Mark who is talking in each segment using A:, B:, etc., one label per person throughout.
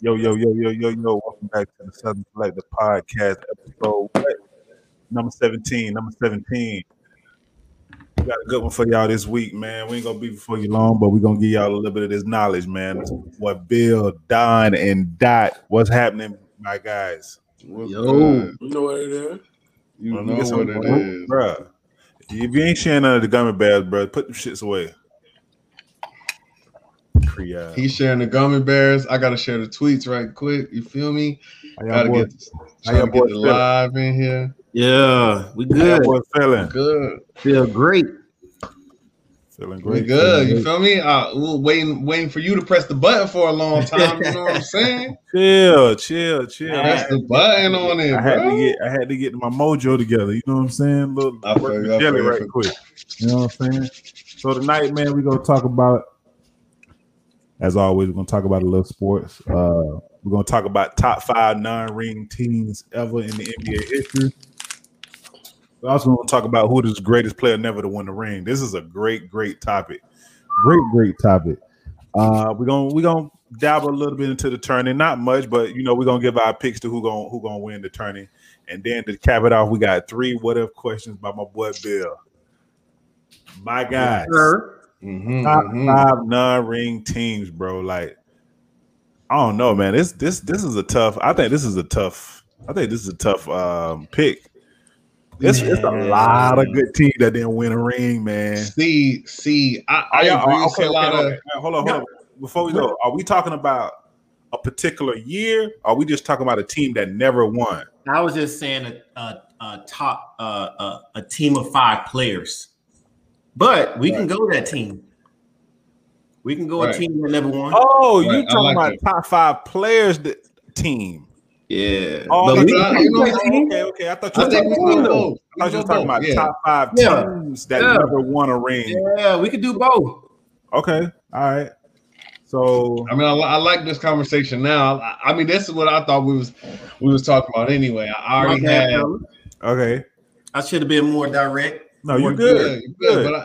A: Yo, yo, yo, yo, yo, yo. Welcome back to the Southern Collective Podcast, episode what? number 17. Number 17. We got a good one for y'all this week, man. We ain't gonna be before you long, but we're gonna give y'all a little bit of this knowledge, man. What Bill, Don, and Dot, what's happening, my guys?
B: What's
C: Yo.
B: good?
D: You know what it is?
B: You
A: Well,
B: know
A: nigga, so-
B: what it is.
A: Bruh, if you ain't sharing none of the gummy bears, bro, put them shits away. Kriya.
B: He's sharing the gummy bears. I gotta share the tweets right quick. You feel me?
A: How y'all
B: Gotta
A: boy-
B: get,
A: how
B: trying
A: y'all
B: to get
A: boys
B: the
A: feeling?
B: live in here.
C: Yeah, we
A: how y'all
C: good.
A: boys feeling?
B: Good.
C: Feel great.
A: Feeling
B: We
A: great.
B: good. You feel me? Uh, we were waiting, waiting for you to press the button for a long time. You know what I'm saying?
A: Chill, chill, chill.
B: press the button on it,
A: I had to
B: bro.
A: get I had to get my mojo together. You know what I'm saying? Look,
B: I feel you, I
A: jelly
B: feel you.
A: right quick. You know what I'm saying? So tonight, man, we're gonna talk about as always, we're gonna talk about a little sports. Uh we're gonna talk about top five non-ring teams ever in the NBA history. We're also gonna talk about who is the greatest player never to win the ring. This is a great, great topic. Great, great topic. Uh we're gonna we're gonna dive a little bit into the tourney, not much, but you know, we're gonna give our picks to who gonna who gonna win the tourney. And then to cap it off, we got three what if questions by my boy Bill. My guys,
C: Sir.
B: Mhm,
A: top
B: mhm.
A: five non-ring teams, bro. Like, I don't know, man. This this this is a tough. I think this is a tough. I think this is a tough um, pick. It's, it's a
B: Man.
A: lot of good teams that didn't win a ring, man.
B: See, see, I, I
A: Are Oh, y'all-
B: agree.
A: are-
B: with a lot
A: uh, okay. Hold on, hold on. Before we go, are we talking about a particular year? Or are we just talking about a team that never won?
E: I was just saying a, a, a top uh, a, a team of five players, but we can go that team. We can go
B: Right.
E: a team that never won.
A: Oh, you
B: Right, I
A: talking
B: like
A: about
B: it.
A: top five players that, team?
E: Yeah,
A: Oh,
E: but
B: of.
E: we,
B: Uh, you know, I
A: okay, okay. I thought you were
B: think
A: talking
B: we can
A: about,
B: go both.
A: I
B: We
A: thought you
B: can
A: were
B: go
A: talking about
B: both. Yeah.
A: top five
E: Yeah.
A: teams that
E: Yeah.
A: never won a ring.
E: yeah, we could do both.
A: Okay, all right. So
B: I mean, I, li- I like this conversation now. I, I mean, this is what I thought we was we was talking about anyway. I
E: My
B: already
E: bad,
B: had.
E: fella.
A: okay,
E: I should have been more direct.
A: no, you
E: We're
A: good.
B: you
A: good.
B: good. But I,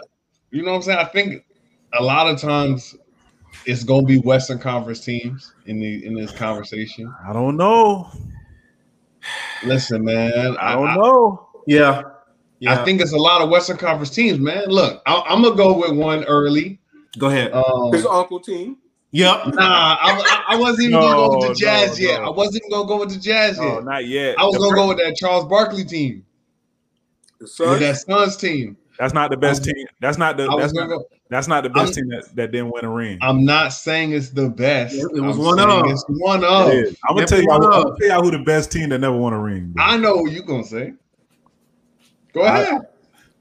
B: you know what I'm saying? I think a lot of times it's gonna be Western Conference teams in the in this conversation.
A: I don't know.
B: Listen, man,
A: I don't know.
E: Yeah, yeah.
B: I think it's a lot of Western Conference teams, man. Look, I, I'm gonna go with one early.
E: go ahead.
A: uh,
B: Um,
D: His uncle team.
E: Yep.
B: nah, I, I I wasn't even gonna go with
A: No,
B: the Jazz
A: no,
B: yet.
A: no.
B: I wasn't even gonna go with the Jazz
A: No,
B: yet.
A: not yet.
B: I was
A: The
B: gonna
A: Pir-
B: go with that Charles Barkley team,
D: The son.
B: with that Suns team.
A: That's not the best team. That's not the.
B: I was
A: That's
B: gonna
A: not,
B: go.
A: that's not the best team that, that didn't win a ring.
B: I'm not saying it's the best.
E: It was
B: I'm
E: one
B: saying
E: of.
B: It's one of.
A: It is. I'm gonna tell you. I'm
E: Everyone
A: gonna tell y'all who the best team that never won a ring. bro.
B: I know what you're gonna say. Go
A: I-
B: ahead.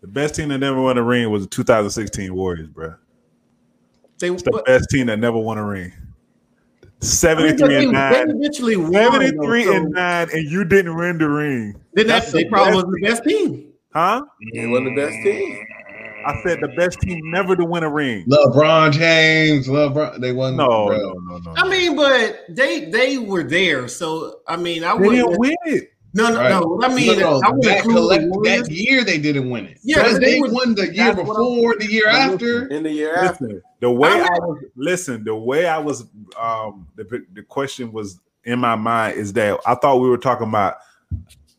A: The best team that never won a ring was the 2016 Warriors, bro.
E: They,
A: It's the
E: but,
A: best team that never won a ring.
E: I mean, but they,
A: 73 and 9.
E: they eventually won. though,
A: 73
E: so
A: and 9, and you didn't win the ring.
E: Then that,
A: that's
E: they
A: the
E: probably
A: best
E: was the best team.
A: Huh?
D: They won the best team.
A: I said the best team never to win a ring.
B: LeBron James, LeBron. They won.
A: No,
B: bro.
A: no, no, no.
E: I mean, but they they were there. So I mean, I
A: they
E: wouldn't.
A: didn't win it.
E: No, no,
B: Right.
E: no. What I mean,
B: No, no,
E: I would
B: that,
E: include
B: collect-
E: the Warriors.
B: that year they didn't win it.
E: Yeah,
B: Because
E: but
B: they,
E: they was-
B: won the year
E: that's what
B: before, the year
A: I'm
B: after.
D: In the year
A: Listen,
D: after.
A: the way
E: I
A: I,
E: mean-
A: was listen, the way I was um the, the question was in my mind is that I thought we were talking about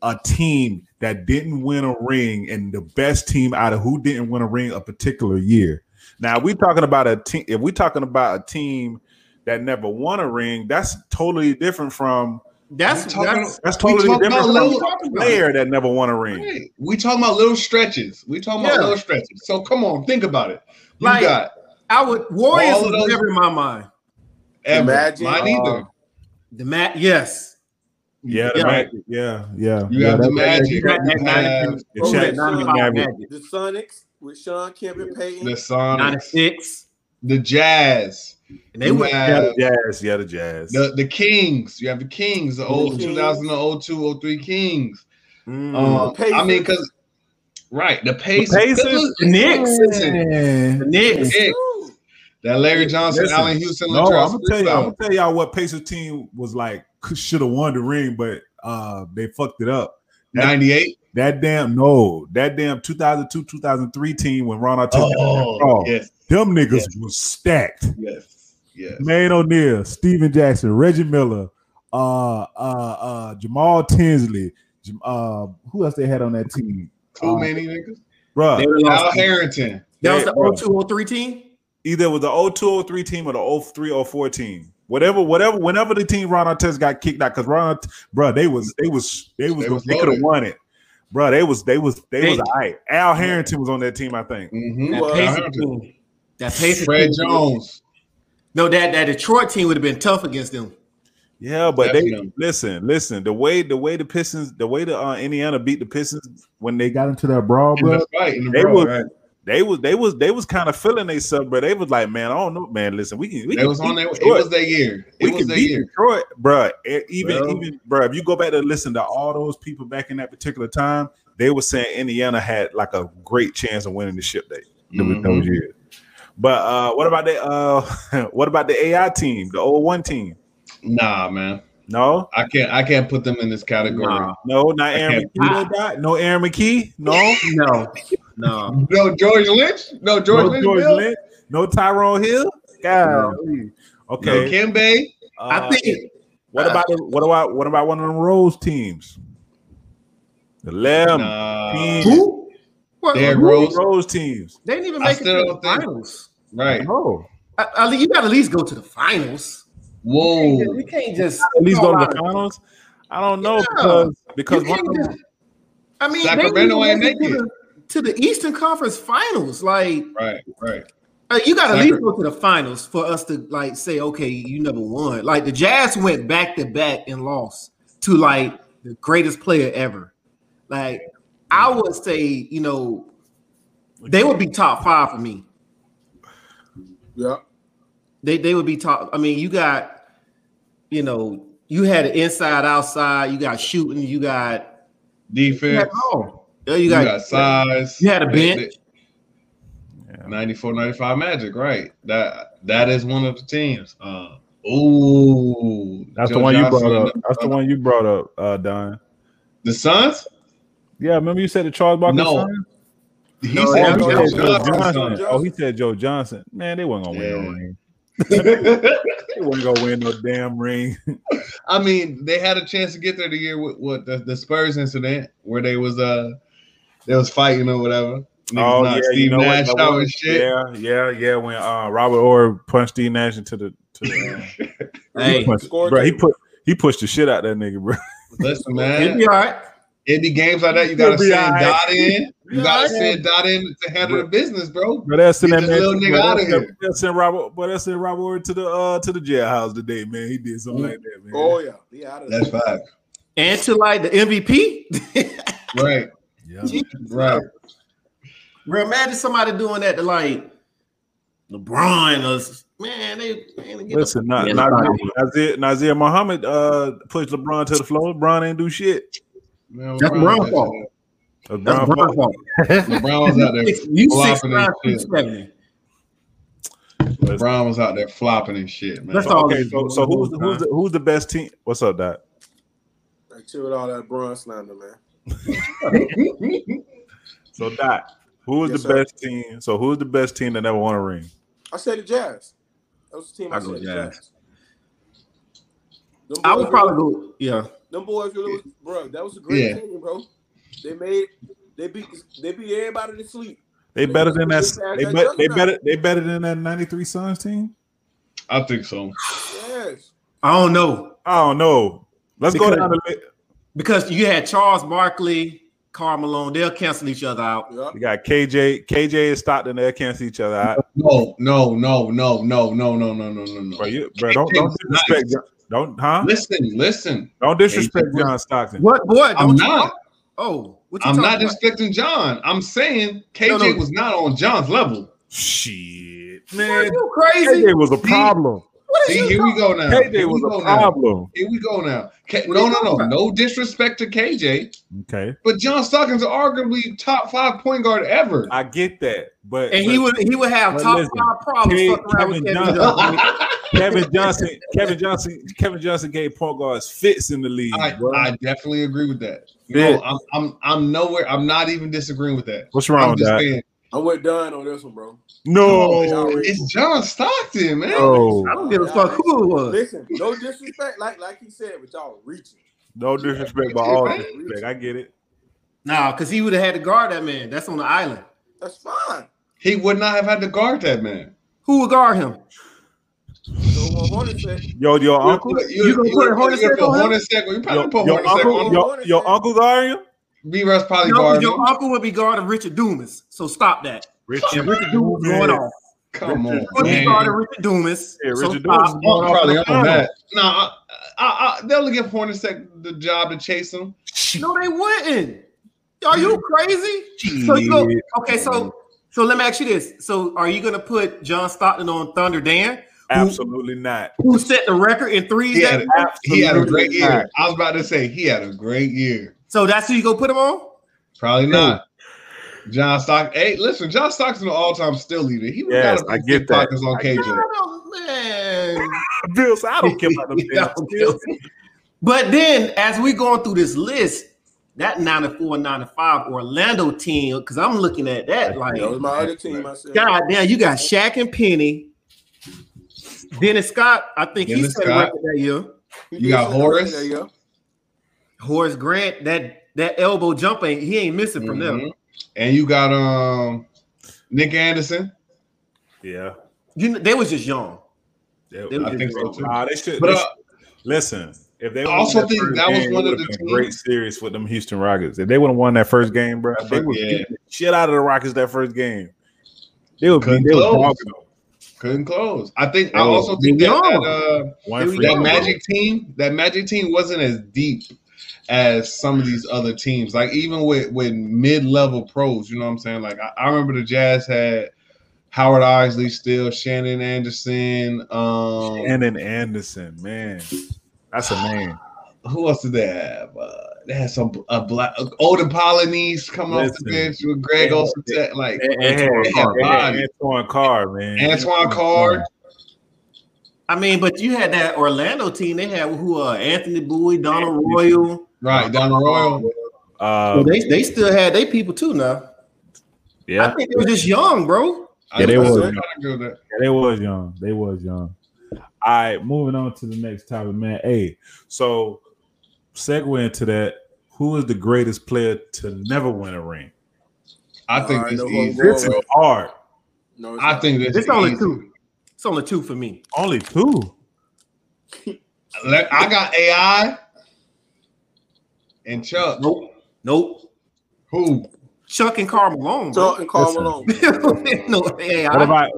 A: a team that didn't win a ring and the best team out of who didn't win a ring a particular year. Now we talking about a team if we're talking about a team that never won a ring, that's totally different from
E: That's
B: We talking-
E: that's
A: that's
B: We
A: totally
B: talking
A: different from
B: about little-
A: a player that never won a ring.
B: Right. We talking about little stretches. We talking
E: Yeah.
B: about little stretches. So come on, think about it. You
E: Like-
B: got
E: I would Warriors
B: All of
E: is
B: those-
E: never in my mind.
B: ever.
D: Imagine,
B: Mine either.
A: uh,
E: The Matt, yes,
A: Yeah,
E: Yeah.
A: right. yeah, yeah.
B: you
A: yeah,
B: have
A: that-
B: the Magic.
E: that- that-
B: You have
E: that-
A: the
E: Oh,
A: Chat-
E: that 95
A: Magic.
E: Magic.
D: The Sonics with Sean Kemp Payton.
B: the Sonics,
E: 96.
B: the Jazz.
E: And they
B: You
E: went
A: yeah,
B: have
A: the jazz, yeah, the jazz.
B: The the Kings, you have the Kings, the old
D: Kings.
B: 2000 to 02, 03 Kings.
E: mm,
B: Um,
D: The
B: I mean,
D: Pacers.
B: because right, the Pacers,
A: Pacers,
B: Look,
E: the Knicks.
B: listen,
E: the Knicks.
B: Knicks,
D: Ooh.
B: that Larry Johnson,
A: Listen,
B: Allen Houston,
A: No,
B: Latrell
A: I'm gonna tell you. I'm
B: Sprewell.
A: gonna tell y'all what Pacers team was like. Should have won the ring, but uh, they fucked it up.
B: 98.
A: That damn no, that damn 2002 2003 team when Ron Artest,
B: Oh,
A: Oh.
B: yes,
A: them niggas
B: Yes.
A: was stacked.
B: yes. Yes.
A: Nate O'Neal, Steven Jackson, Reggie Miller, uh, uh, uh, Jamal Tinsley, Jam- uh, who else they had on that team?
B: Too many niggas.
A: Bruh,
E: They were
B: Al
E: lost.
B: Harrington.
E: That was the
A: Bro.
E: 0203 team.
A: either it was the 0203 team or the 0304 team. Whatever, whatever, whenever the team Ron Artest got kicked out, because Ron, Art- bruh, they was they was they was
B: They
A: they,
B: was
A: could have
B: loaded.
A: won it. Bruh, they was they was they,
E: They-
A: was all right. Al Harrington was on that team, I think.
B: Mm-hmm.
E: That
D: Well,
B: I heard
E: Pacers team. That Pacers
B: Fred
E: team.
B: Jones.
E: No, that, that Detroit team would have been tough against them.
A: Yeah, but they
B: Definitely.
A: listen, listen. The way the way the Pistons, the way the uh, Indiana beat the Pistons when they got into that brawl,
B: In
A: bro.
B: the fight, in the
A: They
B: brawl,
A: was-
B: right?
A: They was they was they was kind of feeling themselves, but they was like, man, I don't know, man. Listen, we can. We
B: They
A: can
B: was
A: beat
B: on their. It
A: Detroit.
B: was their year.
A: we
B: It was
A: can
B: their
A: beat
B: year.
A: Detroit, bro. Even
B: Bro.
A: even bro, if you go back to listen to all those people back in that particular time, they were saying Indiana had like a great chance of winning the ship day those-
B: Mhm.
A: those years. But uh, what about the uh, what about the AI team, the old one team?
B: Nah, man.
A: No,
B: I can't. I can't put them in this category.
E: Nah.
A: no, not Aaron
B: can't-
A: McKee. No, Dot. no Aaron Mckee. No,
E: No, no.
B: No George Lynch. No George
A: no
B: Lynch.
A: George
B: Bill?
A: Lynch. No Tyrone Hill. God.
B: No
A: Okay.
B: Kimbe.
A: uh,
E: I think
A: What about what about what about one of them Rose teams? The Lamb
B: Nah.
A: team.
E: who? What,
B: Derrick
E: who?
B: Rose.
A: Rose teams.
E: They didn't even
B: I
E: make it
B: still
E: to the
B: don't think-
E: finals.
B: Right.
A: Oh,
E: I, I think you got to at least go to the finals.
B: Whoa.
E: You can't just
A: at least go to the
E: You
A: finals. I don't know
E: Yeah.
A: because because one
E: can't
A: of them,
E: just- I mean,
B: Sacramento
E: they
B: ain't
E: didn't even
B: make
E: make it to the, to the Eastern Conference Finals. Like,
B: Right. Right.
E: like, Uh, you got to at least
B: Sacra-
E: go to the finals for us to like say, okay, you never won. Like the Jazz went back to back and lost to like the greatest player ever. Like, I would say, you know, they would be top five for me.
D: Yeah.
E: They they would be top. I mean, you got, you know, you had an inside outside. You got shooting. You got you
B: Defense.
E: got, all. Yeah, you
B: You
E: got,
B: got size.
E: you had a
B: They-
E: bench.
B: they- 94 95 Magic, right? That that is one of the teams. Uh, ooh,
A: that's
B: Joe
A: the one you
B: Johnson
A: brought
B: and
A: up. That's the one you brought up, uh, Don.
B: The Suns?
A: Yeah, remember you said the Charles Barkley.
B: No.
A: Suns?
B: He
E: No,
A: Oh,
B: said
E: that's
A: you
B: Joe
A: said
E: Johnson.
A: Joe
B: Johnson.
A: Johnson. Oh, he said Joe Johnson. Man, they weren't gonna win.
B: Yeah.
A: No ring. They weren't gonna win no damn ring.
B: I mean, they had a chance to get there the year with, with the, the Spurs incident where they was uh they was fighting or whatever. Niggas
A: oh yeah,
B: knocked
A: you
B: Steve
A: know what?
B: Nash
A: That
B: out
A: was-
B: and shit.
A: Yeah, yeah, yeah. When uh, Robert Orr punched Steve Nash into the to the.
E: Hey,
A: Punch-
D: Score
A: bro, he
D: game.
A: put he pushed the shit out that nigga, bro.
B: Listen,
E: it'd
B: man,
E: be all right.
B: it be games like that. You gotta
A: It'll be
B: send
A: all right.
B: Dot in. You gotta
A: Yeah.
B: send Dot in to handle the business, bro.
A: But that's in that
B: Get this
A: man.
B: little nigga
A: bro,
B: outta
A: that's-
B: here.
A: that's in Robert. But that's in Robert Orr to the uh to the jailhouse today, man. He did
B: Mm.
A: something like that, man.
D: Oh yeah. He out of
B: That's
D: there.
B: five.
E: And to like the MVP,
B: Right,
A: yeah.
E: Jeez,
B: right.
E: bro, imagine somebody doing that to like LeBron or s- man, they man, get
A: Listen, not,
E: Yeah,
A: not
E: somebody-
A: Nazir, Nazir Muhammad uh pushed LeBron to the floor. LeBron ain't do shit.
B: Man,
E: That's
B: LeBron
E: Brown
B: was
E: fault.
A: LeBron
E: that's LeBron's fault.
B: out there. LeBron was out there.
E: You
B: flopping
E: six
B: and
E: nine, two
B: shit.
E: seventy.
B: LeBron was out there flopping and shit, man.
E: That's all.
A: okay, so, so who's the, who's the, who's the best team? What's up, Doc?
D: Like, chill with all that bronze slander, man.
A: So Doc, who is
D: Yes,
A: the
D: sir.
A: best team? So who's the best team that never won a ring?
D: I said the Jazz. That was the team I,
E: I
D: said.
E: go
D: the
E: Jazz.
D: Jazz. Them
E: I
D: boys
E: would probably go. Yeah,
D: Them boys, really, was- bro, that was a great
B: Yeah.
D: team, bro. They made, they beat, they beat everybody to sleep.
A: They better than that. They, bet they better. They better than that '93 Suns team.
B: I think so.
D: Yes,
E: I don't know
A: I don't know. Let's go
E: Because-
A: down the list.
E: because you had Charles Barkley, Carl Malone. They'll cancel each other out.
D: yeah.
A: We got KJ. KJ and Stockton. They cancel each other out.
B: No, no, no, no, no, no, no, no, no, no,
A: Bro,
B: no.
A: you, bro, don't, don't disrespect. John, don't huh?
B: Listen, listen.
A: Don't disrespect John Stockton.
E: What boy?
B: I'm
E: what you-
B: not.
E: Oh, what you
B: I'm not
E: talking about?
B: disrespecting John. I'm saying KJ
E: No, no.
B: was not on John's level.
A: Shit,
E: Are
A: man.
E: you crazy?
A: KJ was a problem.
E: What is
B: See,
E: you
B: here we
E: talking-
B: go now.
A: KJ
B: Here we
A: was
B: go
A: a
B: now.
A: problem.
B: Here we go now. K-
E: What are
B: no,
E: you
B: no, no,
E: talking
B: no disrespect to KJ,
A: Okay,
B: but John Stockton's arguably top five point guard ever.
A: I get that, but
E: And he would he would have
A: But
E: top
A: listen,
E: five problems
A: Kevin-
E: fucking around with
A: Kevin
E: Kevin
A: Johnson-
E: Durant.
A: Kevin Johnson, Kevin Johnson, Kevin Johnson gave point guards fits in the league.
B: I,
A: bro.
B: I definitely agree with that.
A: Yeah.
B: No, I'm, I'm, I'm nowhere. I'm not even disagreeing with that.
A: What's
B: I'm
A: wrong with
B: just
A: that?
B: saying.
D: I'm with Don on this one, bro.
E: Oh.
A: No.
D: Y'all ready?
B: It's John Stockton, man.
A: Oh,
E: I don't give a fuck who it was.
D: Listen, no disrespect. Like like he said, but y'all reaching.
A: no disrespect, but all disrespect. I get it.
E: Nah, because he would have had to guard that man. That's on the island.
D: That's fine.
B: He would not have had to guard that man.
E: Who would guard him?
D: So what Hornets said,
A: Yo, your uncle,
E: you gonna put Hornacek
B: you put
E: on him?
B: Hornacek- You
A: your,
B: probably put
A: your
B: Hornacek
A: uncle,
B: on him.
A: your, your uncle Darian.
B: B-Russ probably
E: No,
B: guarded
E: your
B: him.
E: uncle would be guarding Richard Dumas. So stop that. And Richard Dumas was going off.
B: Come on,
E: Would be
B: man.
E: guarding Richard Dumas.
A: Yeah,
E: so
A: Richard
E: stop.
A: Dumas.
B: Well, probably on that. No, I, I, I, they'll give Hornacek the job to chase him.
E: No, they wouldn't. Are you crazy? So you go, okay, so so let me ask you this. So are you gonna put John Stockton on Thunder Dan,
A: Absolutely not.
E: who set the record in threes?
B: He had,
E: That,
B: a, he had a great
A: Absolutely not.
B: year. I was about to say he had a great year.
E: so that's who you go put him on?
B: Probably not. John Stock. Hey, listen, John Stockton, an all-time still leader. He was
A: Yes,
B: gotta
A: I
B: put
A: get
B: big
A: that.
B: pockets on KJ.
E: Oh, man.
A: Bill, so I don't care about them. damn
E: Yeah.
A: Bills.
E: But then, as we're going through this list, that 94, 95 Orlando team, because I'm looking at that like,
D: that was my other team. I said,
E: God damn, you got Shaq and Penny. Dennis Scott, I think he
B: Dennis
E: set a
B: Scott.
E: record that year.
D: He
B: You
D: did
B: got
D: say that.
B: Horace?
D: There you go.
E: Horace Grant, that that elbow jump ain't he ain't missing from them.
B: Mhm. And you got um Nick Anderson.
A: Yeah.
E: You know, they was just young. They
A: They,
E: was
B: I
E: just
B: think so,
E: young.
B: too.
A: nah, they should.
B: But
A: they
B: uh,
A: should- listen, if they
B: I also
A: would've won
B: think that was
A: first game,
B: one of
A: it
B: the
A: would've been
B: teams-
A: great series with them Houston Rockets. If they would have won that first game, bro,
B: I
A: they
B: think,
A: would
B: yeah.
A: beat the shit out of the Rockets that first game. They would be
B: Couldn't
A: they would
B: close.
A: dogging them.
B: Couldn't close. I think I
A: Oh,
B: also think that,
E: yeah.
B: that uh
A: One
E: They
A: free
E: were
B: that
A: throw.
E: young.
B: Magic team, that Magic team wasn't as deep as some of these other teams. Like even with with mid level pros, you know what I'm saying? Like I, I remember the Jazz had Howard Isley still, Shannon Anderson. Um,
A: Shannon Anderson, man, that's a man.
B: who else did they have? Uh, they had some a black Odin Polonese coming off the
A: Listen.
B: bench with
A: They
B: Greg
A: had-
B: Olsen. Like
A: They had,
B: Antoine
A: they had
B: Carr, body.
A: Antoine Carr, man.
B: Antoine Carr.
E: I mean, but you had that Orlando team. They had who? Uh, Anthony Bowie, Donald Royal.
B: Right, Donald Royal.
A: Uh,
E: Well, they they still had they people too now.
A: yeah,
E: I think they were just young, bro.
A: Yeah, they
B: I- I-
A: was.
B: I kinda go there.
A: Yeah, they was young. They was young. All right, moving on to the next topic, man. Hey, so segue into that. Who is the greatest player to never win a ring?
B: I think
D: All
B: this
D: right,
B: is
D: no
B: easy.
D: homo.
A: This is hard.
D: No, it's
B: I
D: not.
B: think this
E: It's
B: is
E: only
B: easy.
E: two. It's only two for me.
A: Only two.
B: Let- I got AI and Chuck.
E: Nope. Nope.
B: Who?
E: Chuck and Carl Malone.
D: Chuck and Carl
A: Listen.
D: Malone.
E: bro. no, hey,
A: What
E: I-
A: about?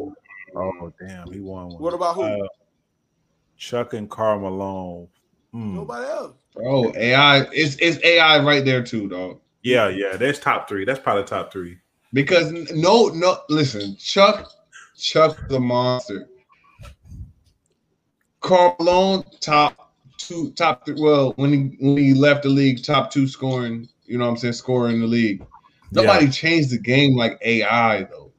A: Oh damn, he won one.
D: What about who?
A: Uh, Chuck and Carl Malone. Hmm.
D: Nobody else.
B: Bro, AI. It's it's AI right there too, dog.
A: Yeah, yeah. That's top three. That's probably top three.
B: Because n- no, no. Listen, Chuck, Chuck the monster. Carl Malone, top two, top three. Well, when he when he left the league, top two scoring. You know what I'm saying? Scorer in the league. Nobody changed the game like AI though.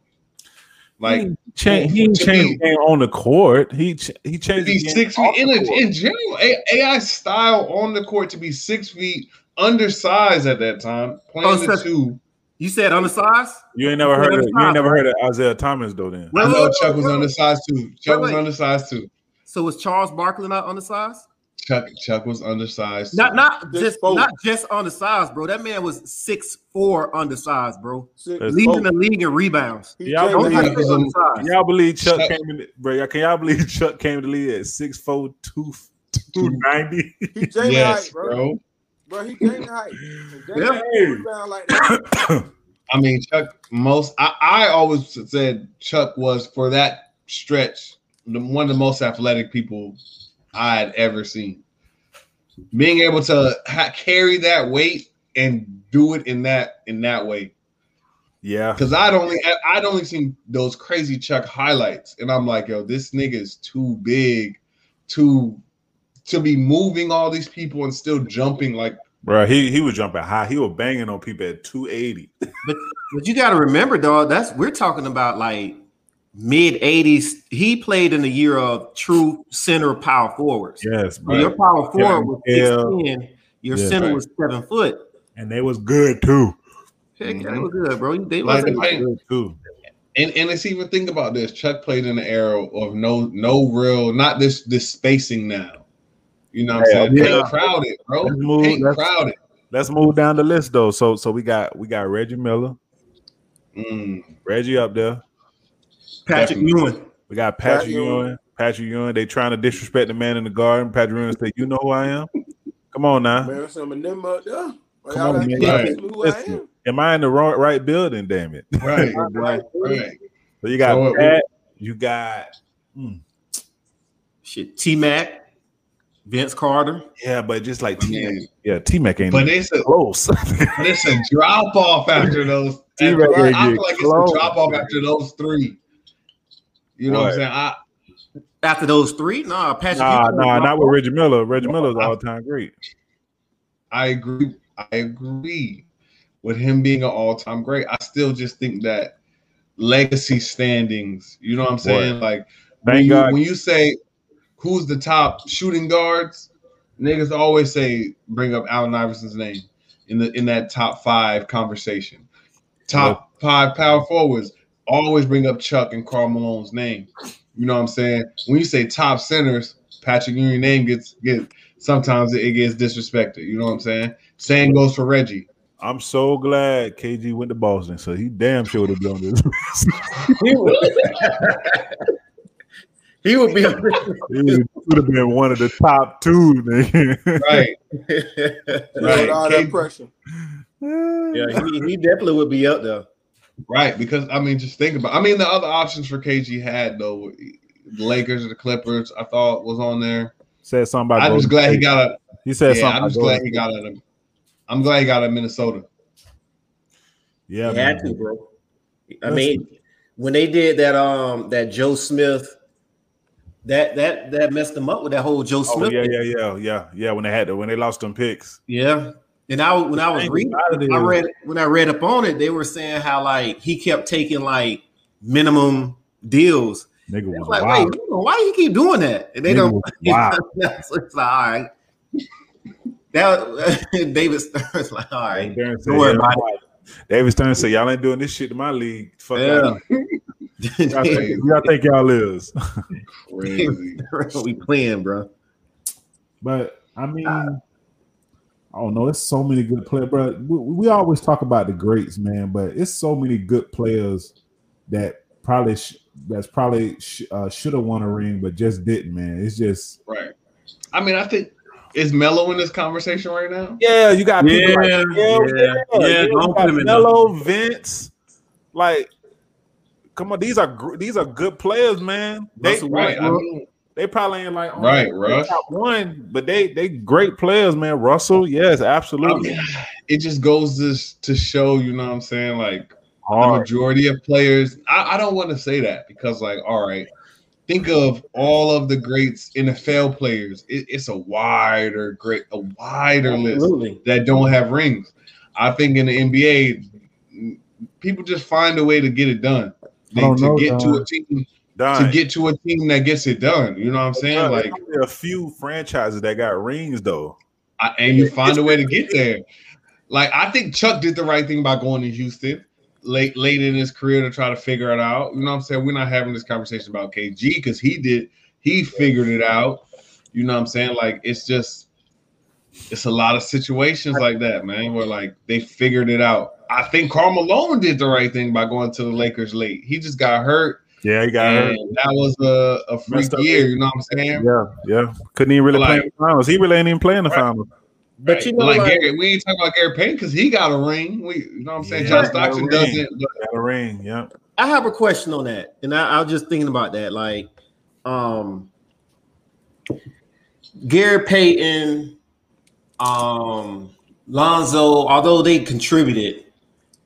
B: Like
A: Change, he
B: to
A: changed the game on the court. He ch- he
B: to
A: changed
B: be
A: the game
B: six
A: off
B: feet in,
A: the
B: a,
A: court.
B: in general A- AI style on the court to be six feet undersized at that time playing
E: Oh,
B: the
E: so-
B: two.
E: you said undersized.
A: You ain't never heard of you ain't never heard of Isaiah Thomas though. Then
B: I
E: Wait,
B: know
E: wait,
B: Chuck
E: wait,
B: was
E: wait.
B: undersized too. Chuck
E: Wait,
B: was
E: wait.
B: undersized too.
E: So was Charles Barkley not undersized?
B: Chuck Chuck was undersized. too.
E: Not not
D: Six
E: just
D: four.
E: not just undersized, bro. That man was six four undersized, bro.
D: Six,
A: That's-
E: Leading
D: four.
E: the league in rebounds.
D: oh, He
A: Y'all
D: Jay
E: Don't
A: believe-
D: Lee.
E: even say
A: Can
E: undersized.
A: y'all believe Chuck,
B: Chuck-
A: came in, the, bro? y'all- Can y'all believe Chuck came to the league at six four two two ninety?
D: He
B: yes,
D: Jalen yes,
B: bro.
D: bro. Bro, he Jalen height.
E: Yeah.
D: Jalen Hyde down like that.
B: I mean, Chuck most I, I always said Chuck was for that stretch the, one of the most athletic people I had ever seen. Being able to ha- carry that weight and do it in that in that way
A: Yeah,
B: Cause I'd only I'd only seen those crazy Chuck highlights, and I'm like, yo, this nigga is too big to to be moving all these people and still jumping like
A: bro. He he was jumping high. He was banging on people at two eighty.
E: But you got to remember, dog. That's we're talking about like mid '80s. He played in the year of true center power forwards.
A: Yes,
E: So Your
A: bro.
E: power forward was
A: Yeah.
E: six ten. Your
A: Yeah.
E: center
B: Right.
E: was seven foot.
A: And they was good too.
C: Heck, that
B: Mhm.
C: was good, bro. They
B: Like
C: wasn't-
B: the paint,
A: Cool.
B: And and let's even think about this. Chuck played in the era of no no real, not this this spacing now. You know what
A: Yeah,
B: I'm saying? Paint
A: yeah.
B: crowded, bro.
A: Let's move-
B: Paint
A: let's-
B: crowded.
A: Let's move down the list though. So so we got we got Reggie Miller,
B: Mm.
A: Reggie up there.
E: Patrick
B: Definitely.
E: Ewing.
A: We got Patrick
D: Patrick
A: Ewing.
D: Ewing.
A: Patrick Ewing. They trying to disrespect the man in the garden. Patrick Ewing said, "You know who I am." Come on now.
D: Man, some of them up there. Like,
A: Come on,
D: I
A: man.
D: can't
B: Right.
D: tell you who I
A: Listen,
D: am.
A: am I in the wrong, right building? Damn it.
B: Right,
D: Right.
B: right.
A: So you got
B: So what-
A: Pat. You got
E: Shit, T Mac, Vince Carter.
A: yeah, but just like
B: I
A: T Mac.
B: mean,
A: Yeah, T Mac ain't
B: but it's a
A: close.
B: but it's a drop off after those.
A: T-Rex
B: after-
A: ain't
B: I
A: get
B: feel like it's
A: close.
B: a drop off after those three. You know what I'm
A: Right.
B: saying? I,
E: After those three, nah, Patrick.
A: nah,
E: Ewing-
A: nah, not with Reggie Miller. Reggie Miller's
B: I-
A: all time great.
B: I agree. I agree with him being an all-time great. I still just think that legacy standings. You know what I'm saying? Like when
A: Thank
B: you,
A: God.
B: when you say who's the top shooting guards, niggas always say bring up Allen Iverson's name in the in that top five conversation. Top five power forwards always bring up Chuck and Carl Malone's name. You know what I'm saying? When you say top centers, Patrick Ewing's name gets gets sometimes it gets disrespected. You know what I'm saying? Same goes for Reggie.
A: I'm so glad KG went to Boston, so he damn sure would have done this.
E: He would, he would be a
A: he would have been one of the top two. Nigga.
B: Right.
D: Yeah,
B: Right.
D: With all
B: K-
D: that pressure.
E: yeah, he, he definitely would be up there.
B: right. Because I mean, just think about I mean the other options for KG had though were the Lakers or the Clippers, I thought was on there.
A: Said something about.
B: I'm
A: Golden
B: just glad he
A: State.
B: got a
A: He said
B: yeah,
A: something.
B: I'm
A: about
B: just glad
A: Golden
B: he got a I'm glad he got a Minnesota.
A: Yeah,
E: he
A: man.
E: had to, bro. I
A: Listen.
E: mean, when they did that, um, that Joe Smith, that that that messed them up with that whole Joe
A: Oh,
E: Smith.
A: yeah, yeah, yeah, yeah, yeah. When they had to, when they lost them picks.
E: Yeah. And I when I was
A: Thank
E: reading,
A: God it
E: I
A: is.
E: read when I read up on it, they were saying how like he kept taking like minimum deals.
A: Nigga
E: I
A: was
E: was like,
A: wild.
E: wait, hold on, why you keep doing that? And they
A: Nigga
E: don't.
A: was wild.
E: so it's like, all right. That David Stern's like, all right.
A: Darren said,
E: Don't worry
A: "Yeah,
E: about
A: David Stern said, "Y'all ain't doing this shit to my league. Fuck
E: Yeah.
A: y'all. Y'all
E: it.
A: think- y'all think y'all is."
B: Crazy.
E: we playing, bro.
A: But I mean, I don't know. It's so many good players, bro. We, we always talk about the greats, man. But it's so many good players that probably sh- that's probably sh- uh, should have won a ring, but just didn't, man. It's just
B: right. I mean, I think is Melo in this conversation right now?
A: yeah, you got
E: people like- Yeah, yeah, yeah, yeah, yeah, you don't got put him in Melo,
A: Melo, Vince, like. Come on, these are these are good players, man. They,
E: Russell
B: Right. I
E: Westbrook.
B: mean,
A: They probably ain't like on
B: Right,
A: the
B: Russ.
A: top one, but they they great players, man. Russell, yes,
B: I
A: absolutely.
B: mean, it just goes to, to show, you know what I'm saying? Like the
A: Hard.
B: majority of players. I, I don't want to say that because, like, all right, think of all of the greats NFL players. It, it's a wider, great, a wider list
E: Absolutely.
B: that don't have rings. I think in the NBA, mm, people just find a way to get it done. They,
A: don't
B: to
A: know,
B: get to
A: Don.
B: a team, to
A: Done.
B: get to a team that gets it done. You know what I'm saying?
A: Done.
B: Like,
A: Only a few franchises that got rings though.
B: I, and you find a way to get there. Like I think Chuck did the right thing by going to Houston late late in his career to try to figure it out. You know what I'm saying? We're not having this conversation about KG because he did he figured it out. You know what I'm saying? Like it's just it's a lot of situations like that, man, where like they figured it out. I think Carl Malone did the right thing by going to the Lakers late. He just got hurt.
A: Yeah, he got
B: And that was a, a freak
A: Messed up.
B: year, you know what I'm saying?
A: hurt. Yeah, yeah. Couldn't even really play
B: Like-
A: in the finals. He really ain't even playing the
B: Right.
A: finals.
E: But
B: Right.
E: you know,
B: like,
E: like,
B: Gary, we ain't talking about Gary Payton because he got a ring. We, you know what I'm saying?
A: Yeah, he got
B: John
A: a
B: Stockton
A: ring.
B: doesn't.
A: Got a ring. Yeah.
E: I have a question on that, and I, I was just thinking about that. Like, um, Gary Payton, um, Lonzo, although they contributed,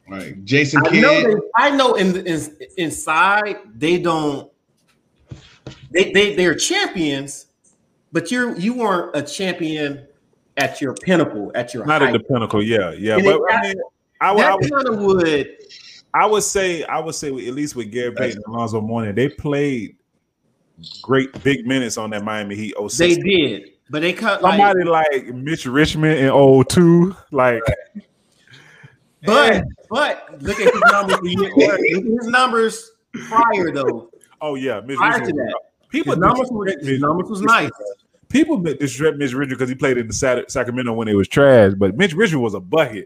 B: Right. Jason
E: I know,
B: Kidd.
E: they, I know in, in inside they don't they, they they're champions, but you're you weren't a champion at your pinnacle, at your
A: Not
E: height.
A: at the pinnacle. Yeah, yeah.
E: And
A: But
E: it
A: I
E: got-
A: mean, I would, I
E: that
A: would,
E: kind of would
A: I would say, I would say, at least with Gary Payton and Alonzo Mourning, they played great big minutes on that Miami Heat 06
E: they did, but they cut like
A: somebody like Mitch Richmond in 02, like
E: But but look at his numbers. for year- look at his numbers prior though.
A: Oh yeah, Miss
E: Prior to
A: Richard.
E: that,
A: People
E: his numbers were his numbers was nice.
A: people disrespect Mitch Richard because he played in the Sat- Sacramento when it was trash, but Mitch Richard was a bucket.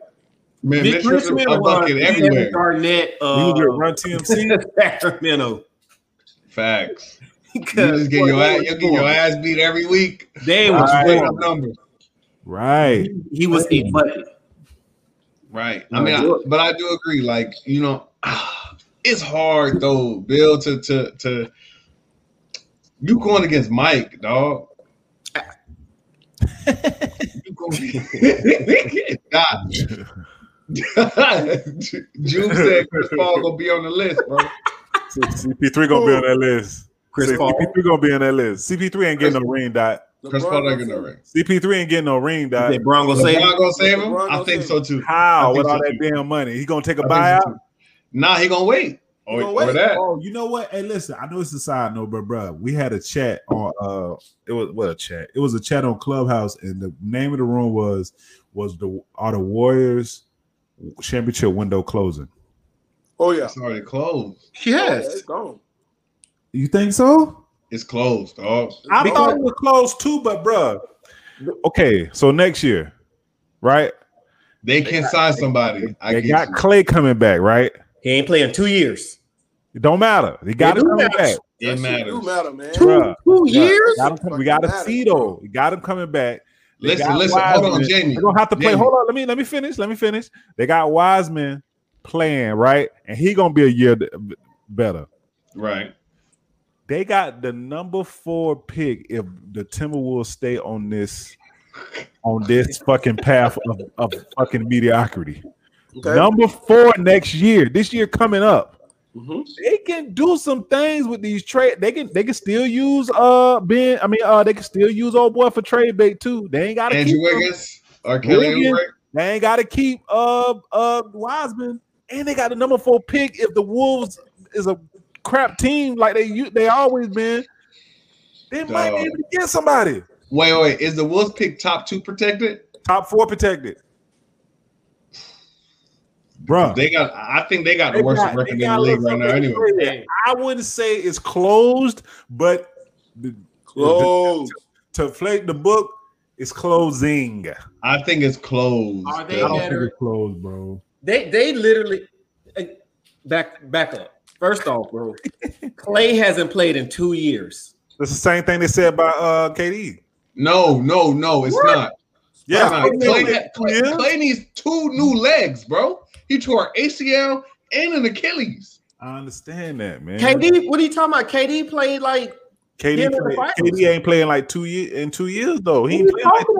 B: Man,
E: Nick
B: Mitch Richmond
E: Richmond
B: a
E: was
B: bucket everywhere.
E: Kevin Garnett
A: He was at
E: of
A: Run TMC.
E: Sacramento.
B: Facts. You
E: Because
B: just get your ass, you get your ass beat every week.
E: they
A: All
E: was
A: right.
B: Straight up numbers.
A: right.
E: he was a bucket.
B: Right. I mean, I, but I do agree. Like you know, it's hard though, Bill. To to to you going against Mike, dog. you going? God. Jude said Chris Paul gonna be on the list, bro.
A: CP3 gonna be on that list.
E: Chris
A: Say
E: Paul.
A: CP3 gonna be on that list. CP3 ain't getting no ring dot.
B: Chris Paul ain't gonna ring.
A: CP3 ain't getting no ring dot.
E: That Bron gonna say
B: LeBron gonna save him?
D: LeBron
B: I
D: gonna
B: think
D: save
B: so too. I
A: How
B: think
A: with all
B: so,
A: that
B: too.
A: damn money? He gonna take a
B: I think so,
A: buyout?
B: too. Nah, he gonna wait. Or,
D: gonna wait.
B: or that.
A: Oh, you know what? Hey, listen, I know it's a side note, but bro, we had a chat on uh it was what a chat. It was a chat on Clubhouse, and the name of the room was was the are the Warriors championship window closing.
D: Oh yeah.
B: It's already closed.
D: Oh, yeah, it's
E: yes.
D: gone.
A: You think so?
B: It's closed, dog.
A: I
E: Because-
A: thought it was closed too, but bruh. Okay, so next year, right?
B: They can sign somebody. I
A: they
B: get
A: got
B: you.
A: Clay coming back, right?
E: He ain't playing two years.
A: It don't matter. They got him
E: do
A: coming
E: matter.
A: back.
B: It
D: That shit do
B: matters.
D: matter, man.
E: Two,
A: Bruh.
E: two
A: Yeah.
E: years?
A: Got him- we
D: Fucking
A: got to
D: matter.
A: see though. We got him coming back. They
B: Listen,
A: got
B: listen. Hold on,
A: Wiseman.
B: Jamie.
A: They don't have to play.
B: Jamie.
A: Hold on. Let me let me finish. Let me finish. They got Wiseman playing right, and he gonna be a year th- better.
B: Right.
A: They got the number four pick if the Timberwolves stay on this on this fucking path of, of fucking mediocrity.
D: Okay.
A: Number four next year. This year coming up.
D: Mhm.
A: They can do some things with these trade. They can they can still use uh Ben. I mean uh they can still use old boy for trade bait too. They ain't gotta
B: Andrew
A: keep him.
B: Wiggins or Kelly
A: Wiggins.
B: Oubre.
A: They ain't got to keep uh uh Wiseman, and they got the number four pick. If the Wolves is a crap team like they u- they always been, they might be
B: Dog.
A: able to get somebody
B: Wait, wait. Is the Wolves pick top two protected?
A: top four protected. Bruh,
B: They got. I think they got the
A: They
B: worst
A: got-
B: record
A: they
B: in the
A: got a
B: league
A: little
B: right now. Anyway,
A: something to say. I wouldn't say it's closed, but the,
D: Close.
A: to play the book, it's closing.
B: I think it's closed.
E: Are they
A: I don't
B: Bill.
E: at-
A: think
E: better-
A: it's closed, bro.
E: They they literally uh, back back up. First off, bro, Clay hasn't played in two years.
A: It's the same thing they said about uh KD.
B: No, no, no. It's not.
A: Yeah,
B: Nah,
A: they
B: Clay,
A: played
B: Clay-
A: two years.
B: Clay needs two new legs, bro. He tore ACL and an Achilles.
A: I understand that, man.
E: KD, what are you talking about? KD played like Yeah,
A: KD,
E: but the
A: play,
E: finals.
A: KD ain't playing like two years in two years though. He
E: what are
A: ain't
E: you
A: playing like
E: talking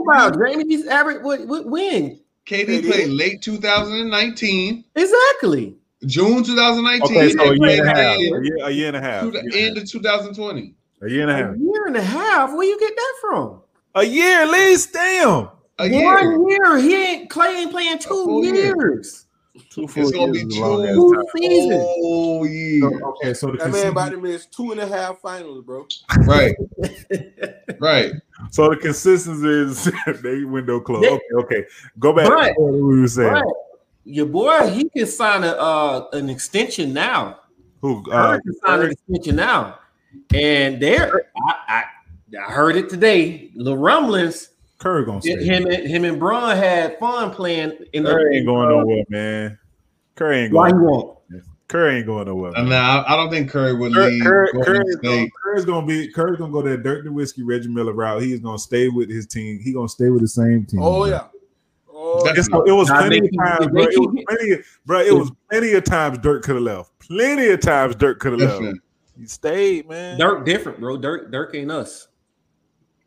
E: about? Jamie, he's average. What, what when?
B: KD
D: KD.
B: played late 2019,
E: Exactly.
B: June 2019.
A: okay,
B: He
A: so a
B: didn't play
A: year and a half, a
B: in
A: year, a year and a half,
B: to the end of 2020.
A: a year and a
E: A
A: half,
E: year and a half. Where you get that from?
A: a year at least. Damn,
B: A year.
E: One year. He ain't Clay ain't playing two
B: full year.
E: years.
A: two
B: It's gonna be
A: is a long ass
E: Two
A: time.
E: seasons.
B: Oh yeah.
A: So, okay, so the,
D: That man
A: consistency,
D: about to miss two and a half finals, bro.
B: Right. Right.
A: so the consistency is they window closed.
E: They-
A: Okay, okay, go back.
E: But-
A: to what we were saying.
E: But your boy, he can sign a uh, an extension now.
A: Who? Uh,
E: Curry can sign an extension now, and there, I, I, I heard it today. The rumblings.
A: Curry gonna stay.
E: Him and him and Braun had fun playing in the. uh,
A: Curry uh, ain't going nowhere, man. Curry ain't
E: Why he
A: going.
E: won't?
A: Curry ain't going nowhere.
B: Uh, Nah, I I don't think Curry would
A: Curry,
B: leave.
A: Curry,
B: Golden
A: Curry's, gonna,
B: State.
A: Curry's gonna be Curry's gonna go that dirt and whiskey Reggie Miller route. He's gonna stay with his team. He gonna stay with the same team.
D: Oh
A: bro.
D: yeah. Oh,
B: That's-
A: It's- it was
E: Nah,
A: plenty
E: they
A: of
E: keep-
A: times,
E: they
A: bro. It
E: keep-
A: was plenty, bro. It was plenty of times Dirk could have left. Plenty of times Dirk could have left.
B: Listen,
A: He stayed, man.
E: Dirk different, bro. Dirk Dirk ain't us.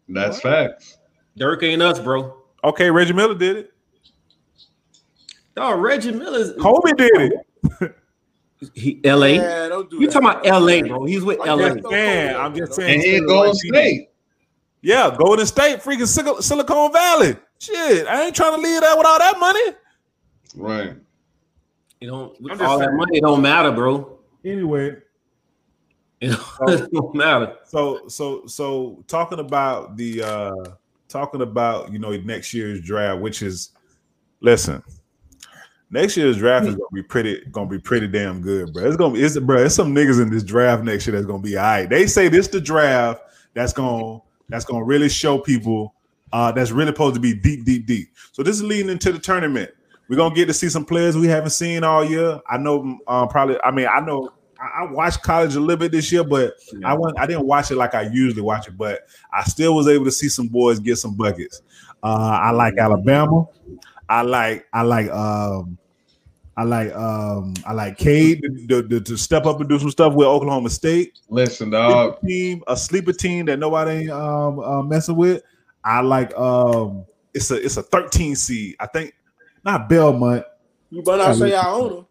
B: that's facts.
E: Dirk ain't us, bro.
A: Okay, Reggie Miller did it.
E: Dog, Reggie Miller's
A: Kobe did it.
E: he, LA.
D: yeah, don't do
E: you
D: that.
E: talking about LA, bro? He's with
D: I
E: LA.
D: guess so.
A: Man, I'm just saying.
B: And
A: he
B: here goes State.
A: Yeah, Golden State, freaking Sil- Silicon Valley. Shit, I ain't trying to leave that with all that money.
B: Right.
E: You don't
A: I'm just
E: all that
A: saying.
E: money don't matter, bro.
A: Anyway,
E: It don't,
A: Oh.
E: it don't matter.
A: so so so talking about the uh talking about you know next year's draft which is listen Next year's draft is gonna be pretty, gonna be pretty damn good, bro. It's gonna be, it's, bro. It's some niggas in this draft next year that's gonna be all right. They say this the draft that's gonna that's gonna really show people uh, that's really supposed to be deep, deep, deep. So this is leading into the tournament. We're gonna get to see some players we haven't seen all year. I know, uh, probably. I mean, I know. I, I watched college a little bit this year, but I went. I didn't watch it like I usually watch it, but I still was able to see some boys get some buckets. Uh, I like Alabama. I like I like um I like um I like Cade to, to, to step up and do some stuff with Oklahoma State.
B: Listen, dog.
A: A team a sleeper team that nobody ain't um uh, messing with. I like um it's a it's a 13 seed. I think not Belmont,
D: You better not say I own him.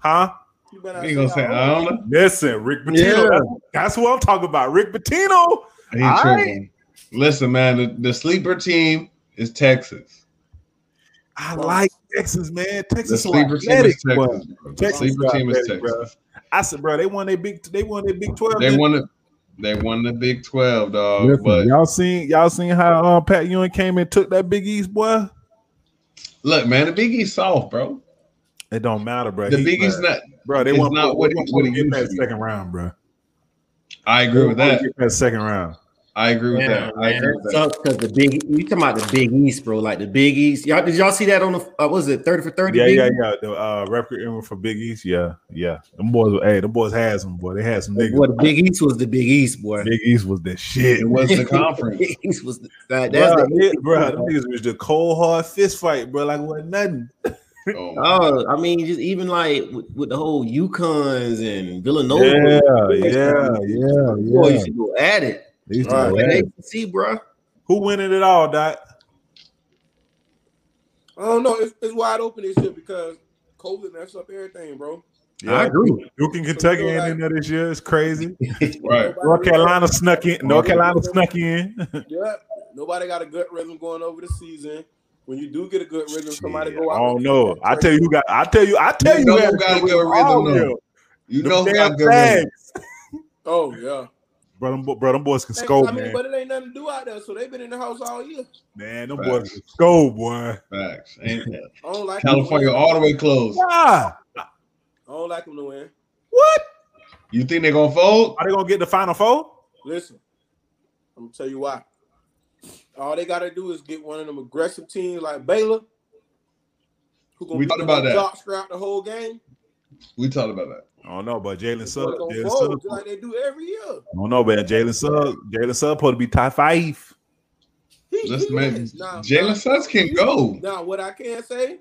A: huh?
D: You better
B: He
D: not
B: ain't gonna say uh-huh. I don't know.
A: Listen, Rick Pitino.
E: Yeah.
A: That's, that's who I'm talking about. Rick Pitino.
B: He
A: All
B: tripping. Listen, man, the, the sleeper team is Texas.
A: I like Texas, man.
B: The
A: Texas, is
B: sleeper team
A: athletic,
B: is Texas.
A: bruh.
B: bro. The
A: Texas
B: sleeper team is
A: athletic, bruh.
B: Texas.
A: I said, bro, they won their big. They won their Big Twelve.
B: They
A: didn't
B: won the they won the Big Twelve, dog.
A: Listen,
B: But
A: y'all seen y'all seen how uh, Pat Ewing came and took that Big East boy.
B: look, man, the Big East soft, bro.
A: It don't matter, bro.
B: The
A: He-
B: Big East
A: bro,
B: not.
A: bro. They
B: it's
A: want
B: not what it- what it
A: get
B: used
A: that
B: to be.
A: second round, bro.
B: I agree with that.
A: Get that second round.
B: I agree with
E: Yeah,
B: that. I agree with that.
E: because the big you talking about the Big East, bro. Like the Big East. Y'all did y'all see that on the uh, what was it thirty for thirty?
A: Yeah,
E: Big
A: yeah,
E: East?
A: yeah. The uh, record era for Big East. Yeah, yeah. Them boys, hey, them boys had some boy. They had some niggas.
E: Boy, the Big East was the Big East, boy.
A: Big East was the shit.
B: It was the conference.
E: Big East was the, like, that's
A: Bro,
E: the,
A: bro, them niggas was the cold hard fist fight, bro. Like what nothing.
B: Oh,
E: Oh, I mean, just even like with, with the whole Yukons and Villanova.
A: Yeah, yeah,
E: yeah,
A: yeah,
E: Boy, you should go at it.
A: yeah.
E: Like, they can see, bro.
A: Who winning it all, Doc?
D: I don't know. It's, it's wide open this year because COVID messed up everything, bro.
E: I agree.
A: Duke and Kentucky ain't in there this year. It's crazy.
B: right.
D: Nobody
A: North
D: really-
A: Carolina snuck in. North Carolina snuck in.
D: Yeah. Nobody got a good rhythm going over the season. When you do get a good rhythm, somebody
A: Shit,
D: go out.
A: I don't know. I tell you who got. I tell you. I tell you.
B: know
A: had
B: who got a good
A: rhythm
B: rhythm,
A: all
B: though.
A: year.
B: You
A: Them
B: know who
A: damn
B: got good rhythm.
A: fags.
D: Oh yeah.
A: Bro, them, bo- bro, them boys can
D: Hey,
A: score,
D: I mean,
A: man.
D: but it ain't nothing to do out there, so they've been in the house all year.
A: Man, them boys can score, boy.
B: Facts. Ain't that?
D: I don't like 'em to
B: California
D: win.
B: all the way closed.
A: Yeah.
D: I don't like them to win.
A: What?
B: You think they're gonna fold?
A: Are they gonna get the final four?
D: Listen, I'm gonna tell you why. All they gotta do is get one of them aggressive teams like Baylor, who
B: We
D: be
B: thought about that.
D: jocks throughout the whole game.
B: We talked about that.
A: I don't know, but Jalen
D: They're
A: Suggs.
D: gonna
A: Jalen
D: fold
A: Suggs.
D: just like they do every year.
A: I don't know, man. Jalen Suggs. Jalen Suggs supposed to be top five.
D: He,
B: Listen,
D: he
B: man,
D: is. Now- now-
B: Jalen Suggs can go.
D: Now, what I can say,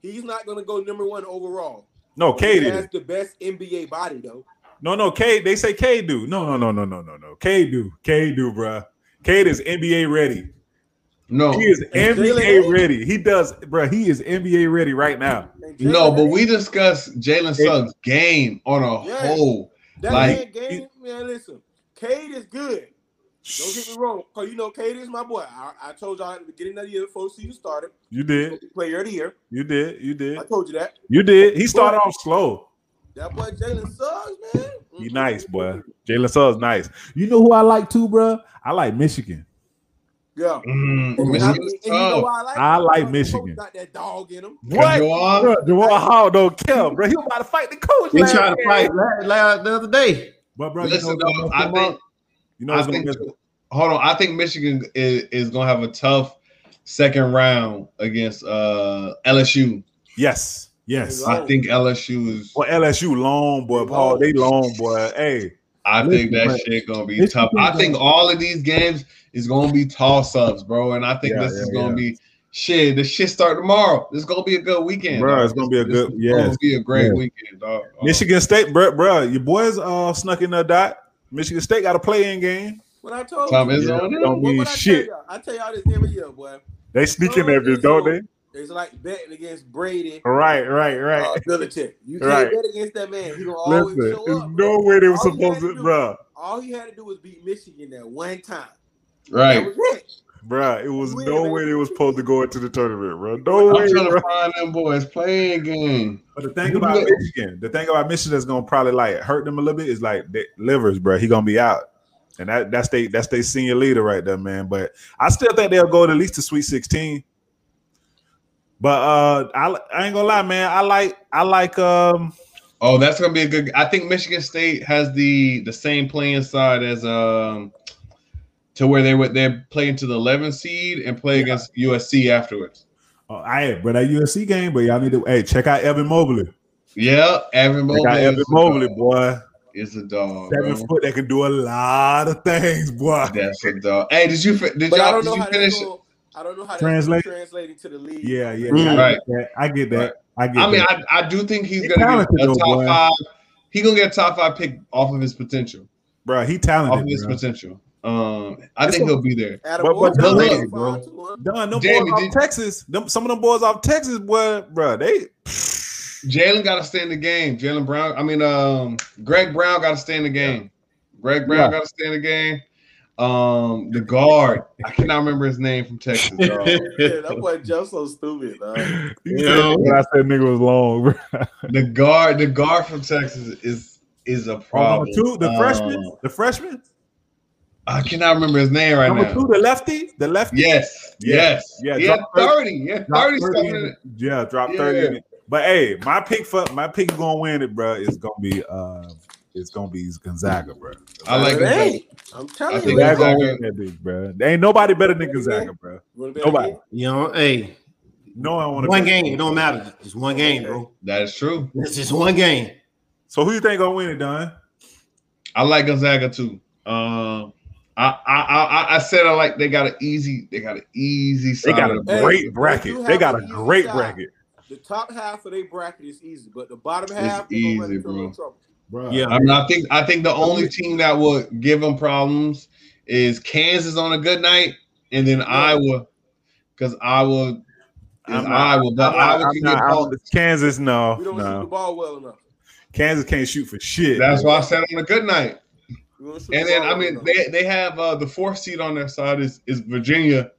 D: he's not gonna go number one overall.
A: No, Cade.
D: He
A: is.
D: has the best NBA body though.
A: No, no, Cade. They say Cade do. No, no, no, no, no, no, no. Cade do. Cade do, bro. Cade is NBA ready.
B: No,
A: He is
D: Jalen
A: NBA
D: is?
A: ready. He does, bro. He is NBA ready right now.
D: And Jalen
B: no, but
D: Hurts,
B: we discussed Jalen Suggs' game on a
D: Yes.
B: whole.
D: that
B: like-
D: man game, man. Listen, Cade is good. Don't get me wrong, because you know Cade is my boy. I, I told y'all at the beginning of the year before the season started,
A: You did.
D: player of the year.
A: You did. You did.
D: I told you that.
A: You did. He started off slow.
D: That boy Jalen Suggs, man.
A: He nice, boy. Jalen Suggs nice. You know who I like too, bro? I like Michigan.
D: Yeah.
B: Mm,
D: And, I,
B: Michigan
D: and
B: is
D: you know
B: tough.
D: why I like
A: I
D: him?
A: like
D: Because the
A: Michigan.
D: coach Got that dog in him.
A: What?
B: Jawan?
A: Bro, Jawan Hall don't care, bro. He about to fight the coach.
E: They
A: last
E: tried to
A: year.
E: fight la- la- the other day.
A: But bro,
B: Listen,
A: you know, what's
B: dog,
A: gonna
B: I
A: come
B: think
A: up? you know
B: I
A: what's gonna
B: think.
A: mess up?
B: Hold on, I think Michigan is, is gonna have a tough second round against uh LSU.
A: Yes, yes.
B: I think LSU is.
A: Well, LSU long boy, Paul. They long boy. Hey,
B: I
A: Listen,
B: think that
A: but
B: shit gonna be
A: this
B: tough.
A: is
B: I
A: gonna-
B: think all of these games is gonna be toss ups, bro. And I think
A: Yeah,
B: this
A: yeah,
B: is gonna be shit. This shit start tomorrow. This is gonna be a good weekend,
A: bro,
B: dog.
A: it's gonna be a
B: This
A: good.
B: is
A: Yes,
B: gonna be a great
A: yeah.
B: weekend, dog. Oh,
A: Michigan State, bro, bro. Your boys uh snuck in the dot. Michigan State got a play in game.
D: What I told
B: Tom
D: you.
B: is
A: Yeah,
B: on it.
A: don't
D: What
A: mean
D: would I
A: shit.
D: Tell y'all? I tell y'all this every year, boy.
A: They
D: Oh,
A: sneaking in this, don't they?
D: It's like betting against Brady.
A: Right, right, right.
D: Uh, Belichick. You can't
A: Right.
D: bet against that man. He gonna always
A: Listen,
D: show
A: there's
D: up. bro.
A: no way they were
D: All you
A: supposed
D: had to
A: to,
D: do-
A: bro.
D: All he had to do was beat Michigan that one time. That
B: Right.
D: was it.
A: Bro, it was
D: Win,
A: no
D: man.
A: way they were supposed to go into the tournament, bro. No
B: I'm
A: way,
B: trying
A: bro.
B: to find them boys playing game.
A: But the thing about Michigan, the thing about Michigan that's gonna probably like hurt them a little bit is like that livers, bro. He gonna be out, and that that's they that's they senior leader right there, man. But I still think they'll go to at least to Sweet Sixteen. But uh, I, I ain't gonna lie, man. I like I like um
B: Oh, that's gonna be a good. I think Michigan State has the the same playing side as um to where they would they're playing to the 11 seed and play against USC afterwards.
A: oh, I but that USC game, but y'all need to hey check out Evan Mobley.
B: Yeah, Evan
A: Check
B: Mobley.
A: out Evan
B: is a
A: Mobley,
B: dog.
A: boy.
B: is a dog.
A: Seven
B: bro.
A: foot that can do a lot of things, boy.
B: That's a dog. Hey, did you fi- did
D: But I
B: y'all
D: don't
B: did
D: know
B: you
D: how that's
B: finish?
D: going I don't know how
A: Translate?
D: that's translating to the league.
A: Yeah, yeah.
E: Mm.
A: I
B: Right.
A: get that. I get that. I get
B: I mean,
A: that.
B: I, I do think he's
A: He
B: gonna
A: talented
B: get a
A: though,
B: top
A: boy.
B: five. He gonna get a top five pick off of his potential.
A: bro, he
B: Off of
A: talented.
B: his
A: Bro.
B: potential. Um, I
A: It's
B: think
A: a-
B: he'll be there.
D: Adam
A: But- but
D: Morton,
B: look,
D: five,
B: bro.
D: two, huh?
A: Done. Them
B: Jamie,
A: boys off
B: did-
A: Texas. Them some of them boys off Texas, boy, bro. They
B: Jalen got to stay in the game. Jalen Brown. I mean, um, Greg Brown got to stay in the game. Greg Brown
A: Yeah.
B: got to stay in the game. Um, the guard. I cannot remember his name from Texas. dog.
D: Yeah, that boy Joe's so stupid. dog.
A: You
E: You
A: said-
E: know?
A: when I said nigga was long, bro.
B: the guard. The guard from Texas is is a
A: Oh, Number
B: problem.
A: two, the
B: Um,
A: freshman, the freshman,
B: I cannot remember his name right
A: number
B: now.
A: two, the lefty, the lefty.
B: Yes.
A: Yeah.
B: Yes.
A: Yeah,
B: Yeah. He had
A: drop thirty-
B: thirty. Yeah.
A: Drop
B: Thirty
A: 30 in
B: something.
A: it. Yeah, drop
B: Yeah.
A: thirty in it. But hey, my pick for my pick is gonna win it, bro. It's gonna be uh, it's gonna be Gonzaga, bro.
B: I like
D: But
B: Gonzaga.
D: hey, I'm telling
B: I
D: you.
B: think
A: Gonzaga
D: Gonzaga-
A: gonna win that bitch, bro. There ain't nobody better than Gonzaga, bro.
D: You wanna bet
A: Nobody.
D: again?
E: You know, hey,
A: No, I want to.
E: one game. It don't matter. Just one game, bro.
B: That is true.
E: It's just one game.
A: So who you think gonna win it, Don?
B: I like Gonzaga too. Um, I I I, I said I like they got an easy. They got an easy.
A: They
B: Side
A: got a
B: of the
D: Hey,
A: great
D: you
A: bracket.
D: have
A: They got a
D: an easy
A: great
D: shot.
A: bracket,
D: The top half of their bracket is easy, but the bottom
B: It's
D: half they're gonna run
B: easy,
D: into a little
B: bro.
D: trouble.
A: bro.
E: Yeah.
B: I mean, I think I think the only team that would give them problems is Kansas on a good night, and then Iowa, because Iowa is
A: I'm not-
B: Iowa, but
A: I'm not-
B: Iowa
A: I'm
B: can
A: not-
B: get
A: I'm-
B: called.
A: Kansas, no,
D: We don't shoot the
A: no.
D: ball well enough.
A: Kansas can't shoot for shit.
B: That's why I said on a good night.
D: We don't shoot the
B: And then
D: ball
B: I
D: well
B: mean,
D: enough.
B: they they have uh, the fourth seed on their side is is Virginia,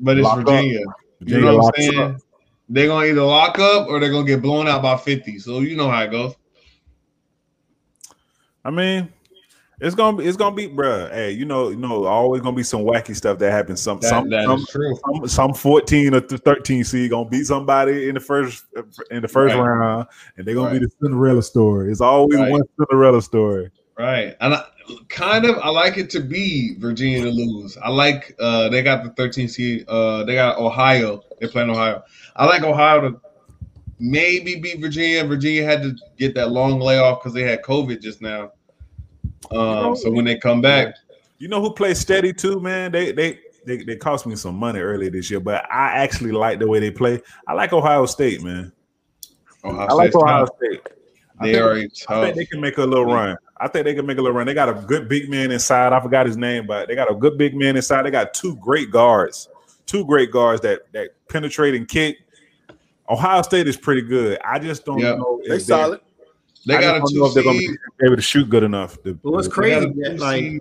B: but it's
A: Lock up.
B: Virginia. You
A: Virginia
B: know what
A: locks
B: I'm
A: up.
B: saying? They're gonna either lock up or they're gonna get blown out by 50. So you know how it goes.
A: I mean, it's gonna be, it's gonna be, bruh. Hey, you know, you know, always gonna be some wacky stuff that happens. Some,
B: That,
A: some,
B: that
A: some,
B: is true.
A: some, some fourteen or th- thirteen seed gonna beat somebody in the first in the first
B: Right.
A: round, and they're gonna
B: Right.
A: be the Cinderella story. It's always
B: Right.
A: one Cinderella story.
B: Right. And I, kind of I like it to be Virginia to lose. I like uh they got the 13 seed, uh they got Ohio. They're playing Ohio. I like Ohio to maybe beat Virginia. Virginia had to get that long layoff because they had COVID just now. Um so when they come back,
A: You know who plays steady too, man? They they they they cost me some money earlier this year, but I actually like the way they play. I like Ohio State, man.
B: Ohio
A: I like
B: State's
A: Ohio
B: tough.
A: State. I
B: They
A: think-
B: are a
A: I
B: tough.
A: think they can make a little run. I think they can make a little run. They got a good big man inside. I forgot his name, but they got a good big man inside. They got two great guards, two great guards that that penetrate and kick. Ohio State is pretty good. I just don't
B: Yeah.
A: know if
D: they solid.
B: They
A: I
B: got a
A: just don't know
B: two
A: if they're gonna be
B: seed.
A: able to shoot good enough. to-
E: But what's
A: to-
B: They got a
E: crazy, that,
B: two
E: like,
B: seed.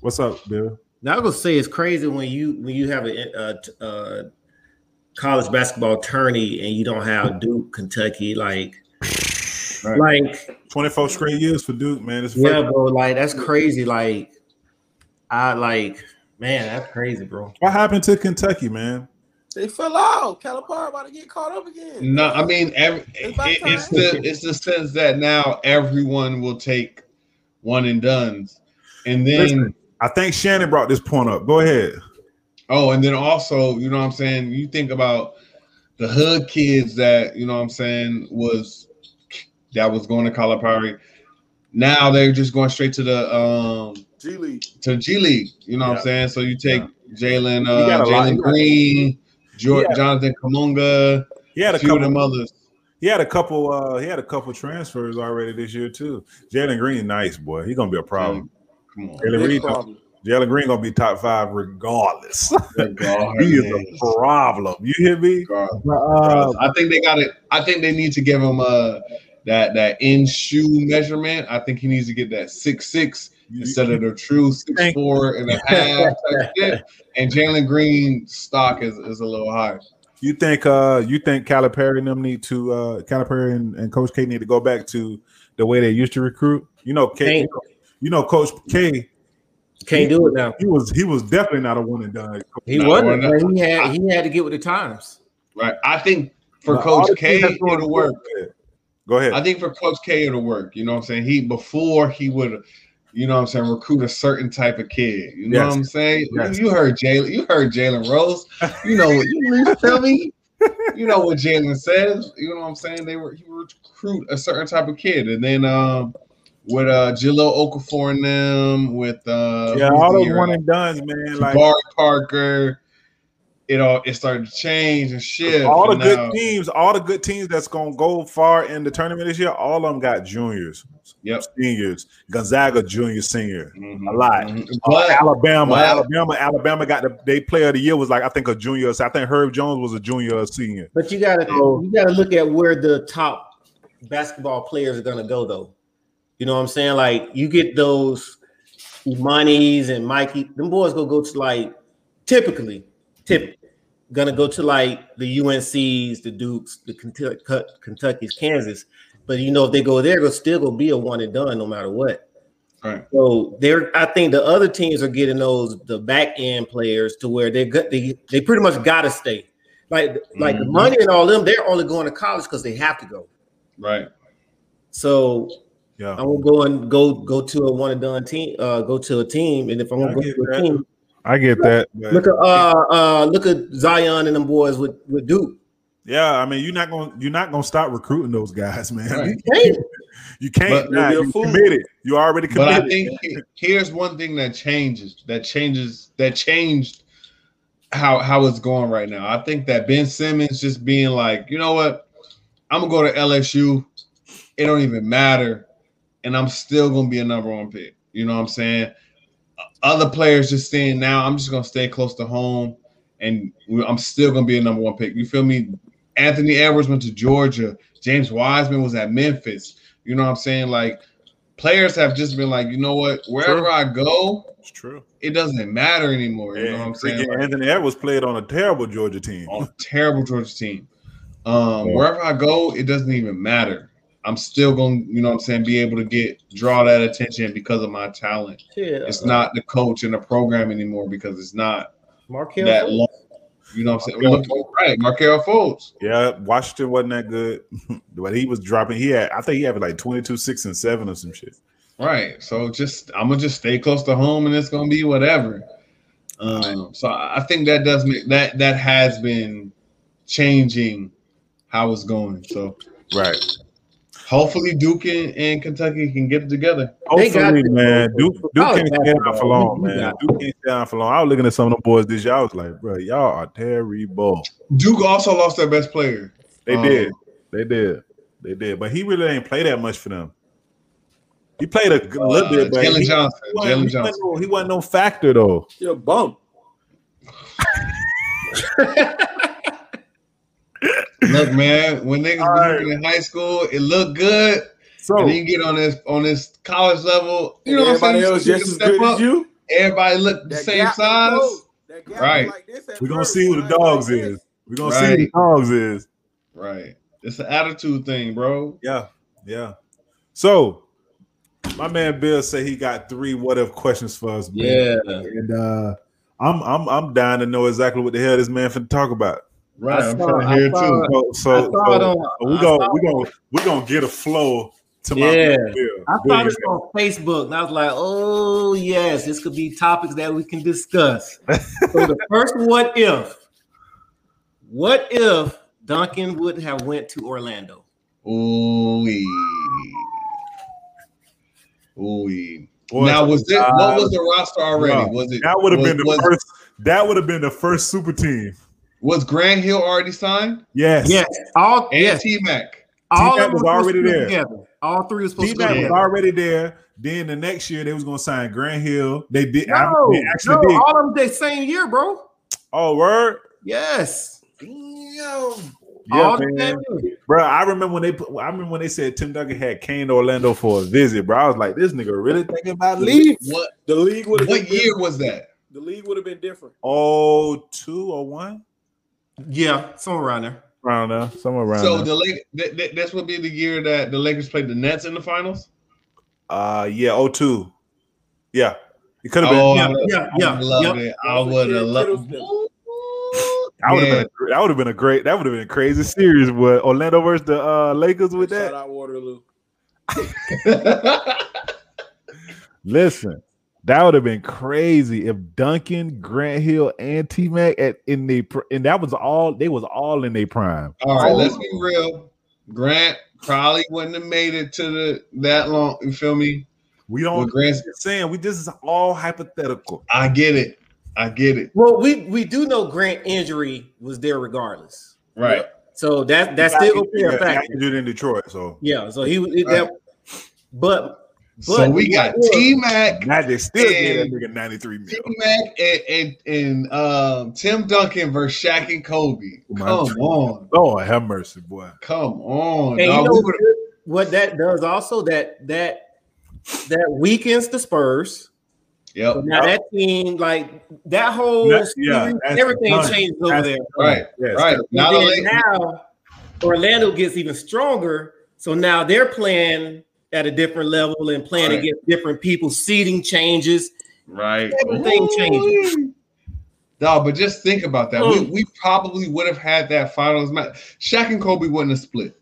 A: What's up, Bill?
E: Now I'm gonna say it's crazy when you when you have a, uh t- uh, college basketball tourney and you don't have Duke, Kentucky, like,
B: Right.
E: like
A: Twenty four straight years for Duke, man. It's
E: yeah,
A: yeah.
E: bro, like that's crazy. Like, I like, man, that's crazy, bro.
A: What happened to Kentucky, man?
D: They fell out. Calipari about to get caught up again.
B: No, I mean, every,
D: It's about
B: it- it's
D: time.
B: the it's the sense that now everyone will take one and duns, and then
A: Listen. I think Shannon brought this point up. Go ahead.
B: oh, and then also, you know what I'm saying. You think about the hood kids that you know what I'm saying was that was going to Calipari. Now they're just going straight to the um
D: G League.
B: to G League. You know what
A: Yeah.
B: I'm saying. So you take Jalen
A: got
B: uh,
A: a lot-
B: Jalen
A: you got-
B: Green, George,
A: Yeah.
B: Jonathan Kamunga,
A: He had
B: a
A: a
B: few of
A: couple
B: them others.
A: He had a couple. Uh, he had a couple transfers already this year too. Jalen Green, nice boy. He's gonna be a problem.
B: Come on,
A: Jalen
D: Big
A: Green,
D: problem.
A: Jalen Green gonna be top five regardless.
B: God,
A: he is
B: man.
A: a problem. You hear me?
B: God.
A: Uh,
B: I think they got it. I think they need to give him uh that that in shoe measurement. I think he needs to get that six six
A: you-
B: instead of the true six
A: Thank-
B: four and a half. type shit. and Jalen Green's stock is, is a little higher.
A: you think? Uh, you think Calipari and them need to? Uh, Calipari and, and Coach K need to go back to the way they used to recruit. You know, K.
E: Ain't-
A: You know, Coach K.
E: Can't do it now.
A: He was he was definitely not a one and done.
E: He
B: Nah,
E: wasn't.
B: we're
E: man. He had he had to get with the times.
B: right? I think for
A: Now, all
B: Coach
A: the
B: K,
A: teams that's going
B: it'll work.
A: forward- Go ahead.
B: I think for Coach K it'll work. You know what I'm saying? He before he would, you know what I'm saying, recruit a certain type of kid. You know
A: Yes.
B: what I'm saying? You-
A: Yes.
B: You, heard Jalen, you heard Jalen Rose. You know what you mean to tell me? You know what Jalen says. You know what I'm saying? They were he would recruit a certain type of kid. And then um with uh Jilo Okafor and them, with uh
A: yeah,
B: who's
A: all
B: the
A: those
B: year-
A: one and done's, man. Like
B: Jabari Parker, it all it started to change and shift.
A: all the
B: and uh, now-
A: good teams, all the good teams that's gonna go far in the tournament this year, all of them got juniors,
B: Yep.
A: seniors, Gonzaga junior, senior,
B: Mhm,
A: a lot.
B: mhm.
A: Uh,
B: But
A: Alabama,
B: Wow.
A: Alabama, Alabama got the they player of the year was like I think a junior. I think Herb Jones was a junior or senior.
E: But you gotta
A: So-
E: you gotta look at where the top basketball players are gonna go though. You know what I'm saying? Like you get those Imani's and Mikey, them boys gonna go to like typically, typically gonna go to like the UNC's, the Dukes, the Kentu- Cut- Kentucky's, Kansas. But you know, if they go there, they'll still gonna be a one and done no matter what.
B: Right.
E: So they're I think the other teams are getting those the back end players to where they got they, they pretty much gotta stay. Like like the
A: Mm-hmm.
B: Mhm.
E: money and all them, they're only going to college because they have to go.
B: right.
E: So
A: Yeah,
B: Oh.
E: I won't go and go go to a one and done team, uh, go to a team, and if I
A: I
E: want to go
A: get
E: to
A: that.
E: a team,
A: I get that. but-
E: look at uh, uh, look at Zion and them boys with with Duke.
A: yeah, I mean you're not gonna you're not gonna stop recruiting those guys, man.
B: Right.
E: Hey,
A: You can't.
B: But-
A: nah,
D: You'll be a
A: you
D: fool.
A: committed. You already
B: But
A: committed.
B: I think he- here's one thing that changes that changes that changed how how it's going right now. I think that Ben Simmons just being like, you know what, I'm gonna go to LSU. It don't even matter, and I'm still gonna be a number one pick. You know what I'm saying? Other players just saying now, I'm just gonna stay close to home, and we- I'm still gonna be a number one pick. You feel me? Anthony Edwards went to Georgia. James Wiseman was at Memphis. You know what I'm saying? Like players have just been like, you know what? Wherever
A: Sure.
B: I go,
A: it's true.
B: it doesn't matter anymore. You know what I'm saying?
A: Freaking Anthony Edwards played on a terrible Georgia team.
B: on a terrible Georgia team. Um,
A: Yeah.
B: Wherever I go, it doesn't even matter. I'm still going, to you know what I'm saying, be able to get draw that attention because of my talent.
E: shit,
B: It's
E: uh,
B: not the coach and the program anymore because it's not
E: Markel.
B: that
E: Fultz.
B: long. You know what I'm saying?
A: Markelle
B: Look, right, Markel Fultz.
A: Yeah, Washington wasn't that good, but he was dropping. He had, I think he had like 22, 6, and 7 or some shit.
B: Right. So just I'm gonna just stay close to home and it's gonna be whatever. Um, so I I think that does make that that has been changing how it's going. So
A: Right.
B: hopefully Duke and, and Kentucky can get it together.
E: They got
A: Hopefully,
E: this,
A: man. Duke, Duke
E: College
A: can't stay down for
E: basketball,
A: long,
E: you- you
A: man.
E: got
A: Duke can't stay down for long. I was looking at some of the boys this year. I was like, bro, y'all are terrible.
B: Duke also lost their best player.
A: They
B: Um,
A: did. They did. They did. But he really ain't play that much for them. He played a good- little
B: Uh,
A: bit, but
B: Jalen
A: he,
B: Johnson.
A: he wasn't,
B: Jalen
A: he, wasn't
B: Johnson.
A: no, he wasn't no factor though.
D: You're a bum.
B: Look, man, when niggas
A: All
B: was in high school, it looked good.
A: So
B: And then you get on this on this college level, you know what I'm
D: everybody
B: saying?
D: else
B: You
D: just as
B: step
D: good
B: up,
D: as you.
B: Everybody looked the
D: That
B: same
D: gap was
B: size.
D: closed. That gap was
B: Right.
D: like this at
A: we're gonna
D: first,
A: see who the
D: right?
A: dogs
D: Like
A: is.
D: oh, this.
A: We're gonna see who the
B: Right.
A: dogs is.
B: Right. It's an attitude thing, bro.
A: Yeah, yeah. So my man Bill said he got three what if questions for us, man.
E: yeah,
A: And uh I'm I'm I'm dying to know exactly what the hell this man finna talk about.
B: Right.
E: I
B: I'm
E: saw-
B: trying to
E: I
B: hear it
E: saw-
B: too.
A: So
E: I
A: so,
E: saw it
A: so
E: on.
A: we
E: I
A: gonna
E: saw-
A: we gonna we gonna get a flow to my
E: Yeah.
A: man Bill.
E: I
A: Bill,
E: saw this on Facebook, and I was like, "Oh yes, this could be topics that we can discuss." so the first, what if? What if Duncan would have went to Orlando?
B: Ooh. Ooh.
A: boy,
B: now was it
A: uh,
B: what was the roster already?
A: no.
B: was it
A: that would have
B: was-
A: been the
B: was,
A: first that would have been the first super team.
B: was Grand Hill already signed?
A: Yes.
E: Yes, all
B: And
E: yes,
B: T Mac.
E: all
A: T-Mac
E: of them
A: was
E: were supposed
A: already
E: to be
A: there.
E: Together. All three were supposed
A: D
E: to be
A: Mac was
E: together.
A: already there. Then the next year they was gonna sign Grand Hill. They did I-
E: No,
A: they actually
E: no,
A: did.
E: all of them the same year, bro.
A: Oh word.
E: Yes,
D: Damn.
A: Yeah,
E: all the
A: man.
E: same year.
A: Bro, I remember when they put, I remember when they said Tim Duncan had came to Orlando for a visit, bro. I was like, this nigga really thinking about leaving.
B: What
D: The league would have
B: what year was that?
D: The league would have been different.
A: Oh, two or one?
E: Yeah, somewhere around there.
A: Around there, somewhere around
B: So
A: there.
B: the Lake th- th- this would be the year that the Lakers played the Nets in the finals.
A: uh yeah, oh two. Yeah. It could have been
B: Oh,
E: Yeah,
B: I would've-
E: yeah,
B: I
E: yeah,
B: would've loved
E: yeah.
B: it. I would have
D: Kidd
B: loved
D: Kittle's
A: I would have
B: Yeah.
A: been. A, that would have been a great. That would have been a crazy series. But Orlando versus the uh, Lakers with
D: Shout
A: that.
D: out Waterloo.
A: Listen, that would have been crazy if Duncan, Grant Hill, and T Mac at in the pr- and that was all they was all in their prime.
B: All right, let's
A: Oh.
B: be real. Grant probably wouldn't have made it to the that long. You feel me?
A: We
B: Well,
A: don't
B: Grant's,
A: saying we. This is all hypothetical.
B: I get it. I get it.
E: Well, we we do know Grant injury was there regardless.
B: Right.
E: So that that's still gonna be a
A: I
E: fact.
A: did it in Detroit, so
E: Yeah. So he was it- that, but
B: so we got T Mac,
A: Magic still gave that
B: And-
A: nigga ninety three mil.
B: T Mac, and and, and um, Tim Duncan versus Shaq and Kobe.
A: Oh, My
B: Come
A: God.
B: on,
A: Lord have mercy, boy.
B: come on.
E: And you
B: dog.
E: know
B: We would've-
E: what that does also that that that weakens the Spurs. So
B: yep.
E: now that team, like that whole
A: That's- yeah,
E: series,
A: that's
E: everything
A: done.
E: changes over
A: That's
E: there.
B: Right.
A: Yes.
B: Right. Not
E: and
B: only
E: then now Orlando gets even stronger. So now they're playing at a different level and playing
B: Right.
E: against different people. Seating changes.
B: right.
E: Everything changes.
B: No, but just think about that. We,
E: Mm.
B: we probably would have had that finals match. Shaq and Kobe wouldn't have split.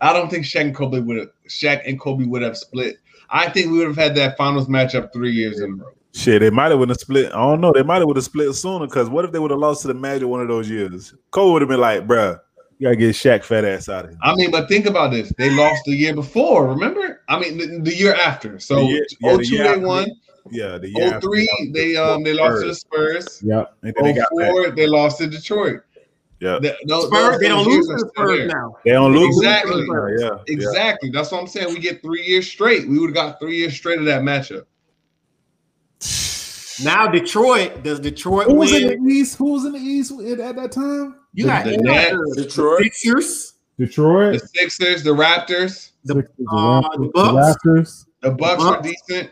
B: I don't think Shaq and Kobe would have. Shaq and Kobe would have split. I think we would have had that finals matchup three years in a row.
A: Shit, they might have would have split. I don't know. They might have would have split sooner. Cause what if they would have lost to the Magic one of those years? Cole would have been like, bruh, you gotta get Shaq fat ass out of here.
B: I mean, but think about this. They lost the year before. Remember? I mean, the, the year after. So
A: The
B: oh
A: year-
B: two
A: yeah, the year
B: they
A: after.
B: won.
A: Yeah, the year
B: Oh three they um they lost to the Spurs.
A: Yep. And then
B: Oh
A: they got that.
B: four they lost to Detroit.
A: Yeah.
B: The- those-
E: Spurs,
B: those
E: they don't
B: years
E: lose
B: are
E: to the
B: still there.
E: Spurs now.
A: They don't lose.
B: Exactly.
A: Yeah, yeah, yeah.
B: Exactly. That's what I'm saying. We get three years straight. We would have got three years straight of that matchup.
E: Now Detroit does Detroit
A: Who was in
E: win?
A: the East? Who was in the East at, at that time?
E: You got
B: The
E: you got
B: Nets.
E: the
D: Detroit.
E: Sixers.
B: The
A: Detroit,
B: Sixers, the Raptors,
A: the,
E: uh, the Bucks.
A: Raptors.
B: the Bucks were
E: Bucks.
B: decent.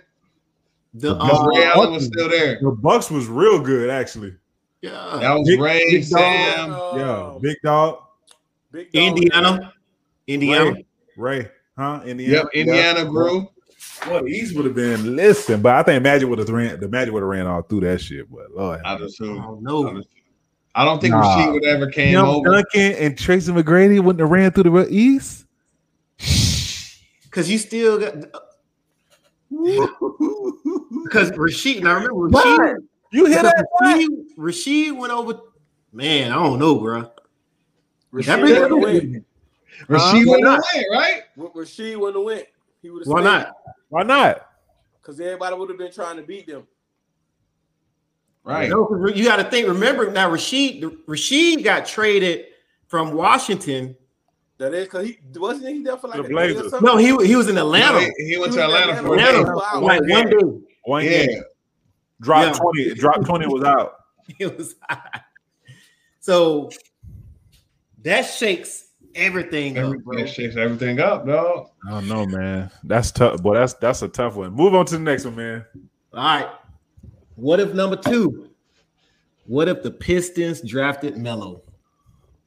E: The
A: The
E: uh,
B: Ray
A: Bucks.
B: Allen was still there.
A: The Bucks was real good, actually.
E: yeah.
B: That was
A: Big-
B: Ray,
A: Big Dog.
B: Sam.
A: Yeah,
D: Um,
A: big dog.
D: Big Dog.
E: Indiana, Indiana.
A: Ray. Ray, huh? Indiana.
B: Yep, Indiana grew.
A: Well, the East would have been listen, but I think Magic would have ran. The Magic would have ran all through that shit. But Lord,
B: I just
E: I
B: assume.
E: don't know.
B: I don't think
A: Nah.
B: Rasheed would ever came
A: Tim
B: over.
A: Duncan and Tracy McGrady wouldn't have ran through the East.
E: Because you still got because Rasheed. Now remember Rasheed.
A: What? You hear
E: because
A: that?
E: Rasheed, Rasheed went over. Man, I don't know, bro.
D: Rasheed
E: That
D: wouldn't have
E: really-
D: went.
B: Rasheed
E: Why
B: went
E: not?
B: away, right?
D: Ra- Rasheed wouldn't have went. He would have
E: Why not?
A: Why not?
D: Because everybody would have been trying to beat them.
B: Right.
E: No, 'cause you got to think. Remember now, Rasheed. Rasheed got traded from Washington.
D: That is because he wasn't he there for like
A: The
D: a day or
A: Blazers.
D: something?
E: No, he he was in Atlanta.
B: He, he went to
D: He was in
B: Atlanta for a day.
E: Atlanta.
D: Wow.
E: like one day,
A: One
B: Yeah.
A: game, drop
E: Yeah.
A: twenty, drop twenty was out.
E: it was. so that shakes everything up,
B: Everything
E: bro.
B: that shakes everything up, dog.
A: I don't know, man. That's tough, boy. That's that's a tough one. Move on to the next one, man.
E: All right. What if number two? What if the Pistons drafted Melo?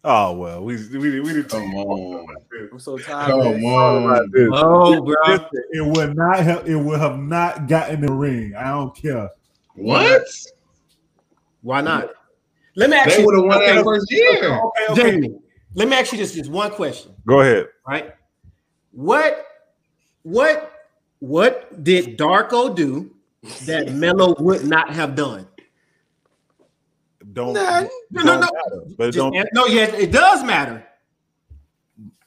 A: Oh well, we we we didn't
B: Come on.
D: I'm so tired. of
B: Come
D: this.
B: on.
A: this.
E: Oh, bro.
A: Listen, it would not have. It would have not gotten the ring. I don't care.
B: What?
E: Why not? Let me ask
B: They
E: you.
B: would have won
E: okay,
B: that first year.
E: Jamie, let me ask you just, just one question,
A: Go ahead.
E: right? What what what did Darko do that Melo would not have done?
A: Don't.
D: Nah,
E: No, no, no.
A: But it
E: Just-
A: don't.
E: no, yes, it does matter.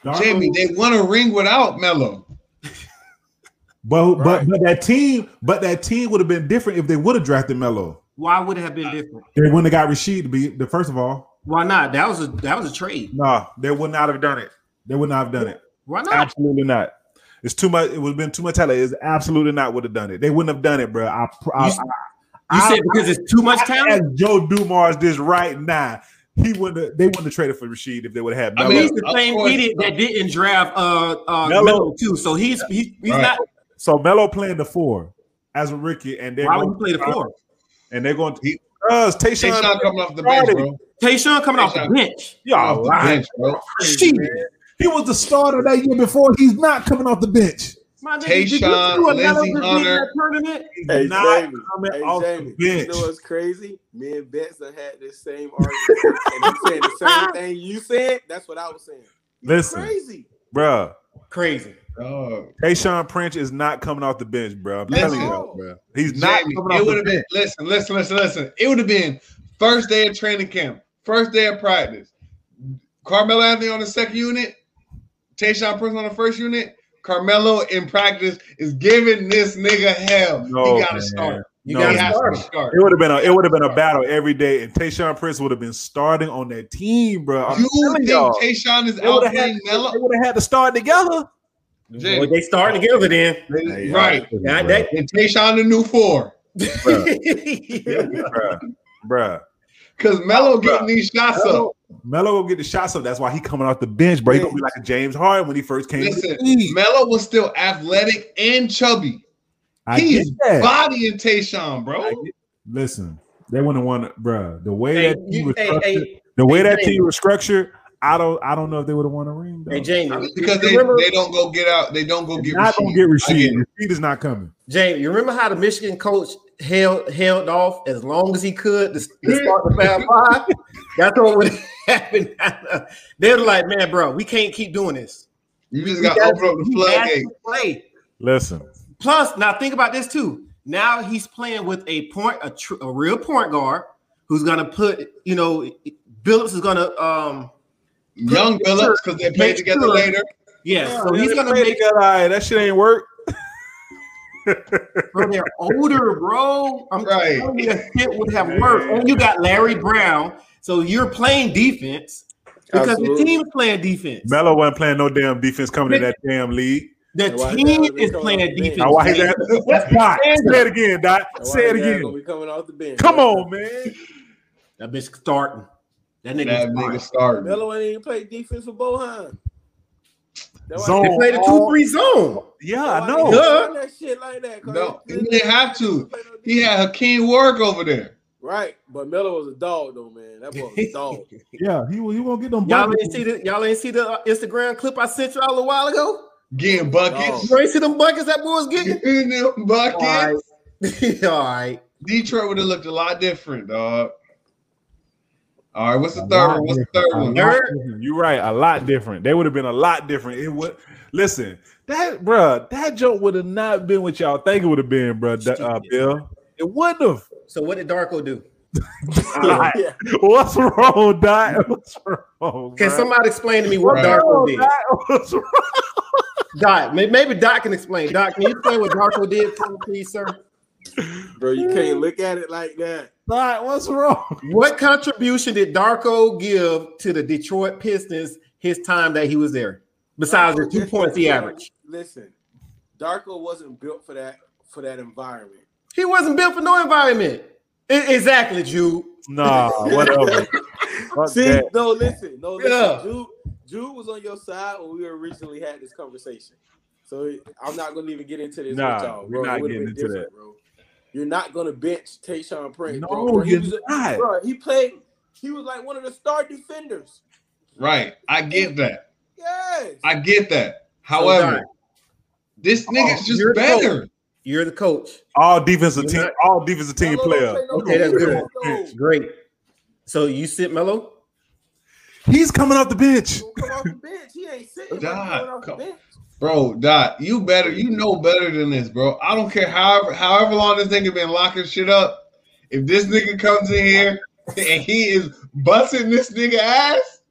A: Darko-
B: Jamie, they won a ring without Melo.
A: but but
D: Right.
A: but that team, but that team would have been different if they would have drafted Melo.
E: Why would it have been different?
A: They wouldn't have got Rashid to be the first of all.
E: Why not? That was a that was a trade.
A: Nah, they would not have done it. They would not have done it.
E: Why not?
A: Absolutely not. It's too much. It would have been too much talent. It's absolutely not would have done it. They wouldn't have done it, bro. I, pr- I,
E: You-
A: I-
E: You
A: I-
E: said because it's too much
A: I
E: talent.
A: ask Joe Dumars this right now. He wouldn't. Have, they wouldn't have traded for Rashid if they would have had.
B: I
A: Melo.
B: mean,
E: He's the
B: of
E: same
B: course.
E: idiot that didn't draft uh uh
A: Melo.
E: Melo too. So he's he's, he's
B: Right.
E: not.
A: so Melo playing the four as a rookie, and they're
E: Why would
A: going,
E: he play the four?
A: and they're going to
B: He-
A: because
B: Tayshaun
A: Tayshaun.
B: coming off the bench, bro.
E: Tayshaun coming off the
B: Tayshaun.
E: bench.
A: Y'all
B: Off the
A: lying.
B: bench, bro.
A: Shit. He was the starter that year before. He's not coming off the bench.
C: My nigga,
B: Tayshaun,
C: did you do another
B: Lindsey
C: big
B: Hunter.
C: that tournament?
D: Hey,
A: not
D: Jamie.
A: coming
D: Hey,
A: off
D: Jamie,
A: the bench.
D: you know what's crazy? Me and Betts have had this same argument, and I'm saying the same thing you said. That's what I was saying.
A: Listen.
D: crazy.
A: Bruh,
E: Crazy.
B: Dog.
A: Tayshawn Prince is not coming off the bench, bro. I'm
B: Listen.
A: telling you,
D: bro.
A: he's not
B: Jamie,
A: coming off
B: it would
A: the
B: have been
A: bench.
B: listen, listen, listen, listen. It would have been first day of training camp, first day of practice. Carmelo Anthony on the second unit, Tayshawn Prince on the first unit. Carmelo in practice is giving this nigga hell.
A: No,
B: he gotta
A: man.
B: start.
E: You
A: No,
B: he
E: gotta
A: man.
B: has
E: start.
B: to start.
A: It would have been a it would have been a battle every day, and Tayshawn Prince would have been starting on that team, bro. I'm
B: You
A: telling
B: think
A: y'all,
B: Tayshawn is
A: they would have had,
B: outplaying Melo?
A: they would have had to start together.
B: Jay.
E: Boy, they start together then.
B: Right.
E: That- that-
B: And Tayshawn the new four.
A: bruh, bruh.
B: Because Melo
A: Bruh.
B: getting these shots up.
A: Melo, Melo gonna get the shots up. That's why he coming off the bench, bro. He gonna be like a James Harden when he first came. to
B: Listen,
A: the league.
B: Melo was still athletic and chubby.
A: I
B: He's
A: get that.
B: bodying Tayshawn, bro.
A: I get- listen, they wouldn't want, bruh. The way
E: Hey,
A: that team
E: you-
A: was
E: hey,
A: structured,
E: hey,
A: the way that
E: Jamie.
A: team was structured, I don't, I don't know if they would have won a ring. Though.
E: hey, Jamie.
B: It's
E: you
B: because they,
E: remember,
B: they don't go get out. They don't go
A: They're
B: get.
A: not gonna
B: Rasheed.
A: get
B: I get
A: Rasheed.
B: it.
A: Rasheed is not coming.
E: Jamie, you remember how the Michigan coach held held off as long as he could to, to start the Fab Five? That's what would happen. they were like, man, bro, we can't keep doing this.
B: You just
E: We
B: got to
E: got-
B: open up the
E: He has
B: floodgate.
E: to play.
A: Listen,
E: Plus,
C: Now think about this too. Now he's playing with a point, a, tr- a real point guard who's gonna put, you know, Billups is gonna, um,
B: Young Phillips because they play
C: Make
B: together
C: sure-
B: later.
C: yeah. so he's gonna make
A: that. Eye. That shit ain't work.
C: bro, they're older, bro. I'm
B: Right.
C: telling you, that shit would have worked. And you got Larry Brown, so you're playing defense because
D: Absolutely.
C: the team is playing defense.
A: Melo wasn't playing no damn defense coming in that damn league.
C: The
D: Why is
C: team
D: that
C: is
D: coming
C: playing
D: off the bench?
C: defense.
A: Now why his ass? Doc, say it again, Doc. Say it
D: Why y'all Gonna
A: again.
D: be coming off the bench.
A: Come on, man.
C: That bitch starting. That nigga,
B: That nigga started.
D: Melo ain't even play defense for Bohan. That's why-
A: Zone.
E: they played a two three zone.
A: Yeah,
D: that's why
A: I
D: they
A: know.
D: don't
E: Yeah.
D: run That shit like that. 'cause
B: No, he
D: they-
B: didn't have to.
D: play no
B: He
D: defense.
B: had Hakeem Warwick over there.
D: Right, but Melo was a dog though, man. That boy was a dog.
A: Yeah, he will. He won't get them.
E: Y'all ain't
A: buckets.
E: see the y'all ain't see the uh, Instagram clip I sent y'all a while ago.
B: Getting buckets.
E: You ain't see them buckets that boy was getting.
B: In them
E: All right,
B: buckets.
E: all right.
B: Detroit would have looked a lot different, dog. All right, what's the
A: A
B: third
A: lot
B: one? What's the
A: different.
B: third
A: A
B: one?
A: lot different. You're right. A lot different. They would have been a lot different. It would. Listen, that bruh, that joke would have not been what y'all think it would have been, bruh. Da- Uh, Bill, it wouldn't have.
E: So what did Darko do?
A: Like,
D: Yeah.
A: what's wrong, Doc? What's wrong?
E: Can
A: bruh?
E: somebody explain to me what
B: Right.
E: Darko did?
A: What's wrong?
E: Doc, may- maybe Doc can explain. Doc, can you explain what Darko did for me, please, sir?
D: Bro, you can't look at it like that.
A: Doc, what's wrong?
E: What contribution did Darko give to the Detroit Pistons his time that he was there? Besides the two points he averaged,
D: Listen, Darko wasn't built for that for that environment.
E: he wasn't built for no environment. E- exactly, Jude.
A: Nah, whatever. Fuck
D: See,
A: that.
D: no, listen, no, listen.
E: Yeah.
D: Jude, Jude was on your side when we originally had this conversation. So I'm not gonna even get into this
A: Nah,
D: with y'all,
A: we're
D: bro.
A: not
D: It would've
A: getting
D: been
A: into
D: different, bro. You're not gonna bench Tayshawn Prince,
A: No,
D: bro. Bro, He
A: you're
D: was a-
A: not.
D: bro, he played. He was like one of the star defenders.
B: Right. I get that.
D: Yes.
B: I get that. However,
E: Doc,
B: this nigga's just
E: you're the
B: better.
E: you're the coach.
A: All defensive
E: You're
A: team,
E: not-
A: all defensive team
D: Melo don't
A: player.
D: play no
E: Okay, that's good.
D: defense, though.
E: Great. So you sit Mello.
A: He's coming off the bench.
D: Don't come off the bench. He ain't sitting. but
B: God,
D: coming off the
B: come-
D: bench.
B: Bro, Dot, you better, you know better than this, bro. I don't care however however long this nigga been locking shit up. If this nigga comes in here and he is busting this nigga ass,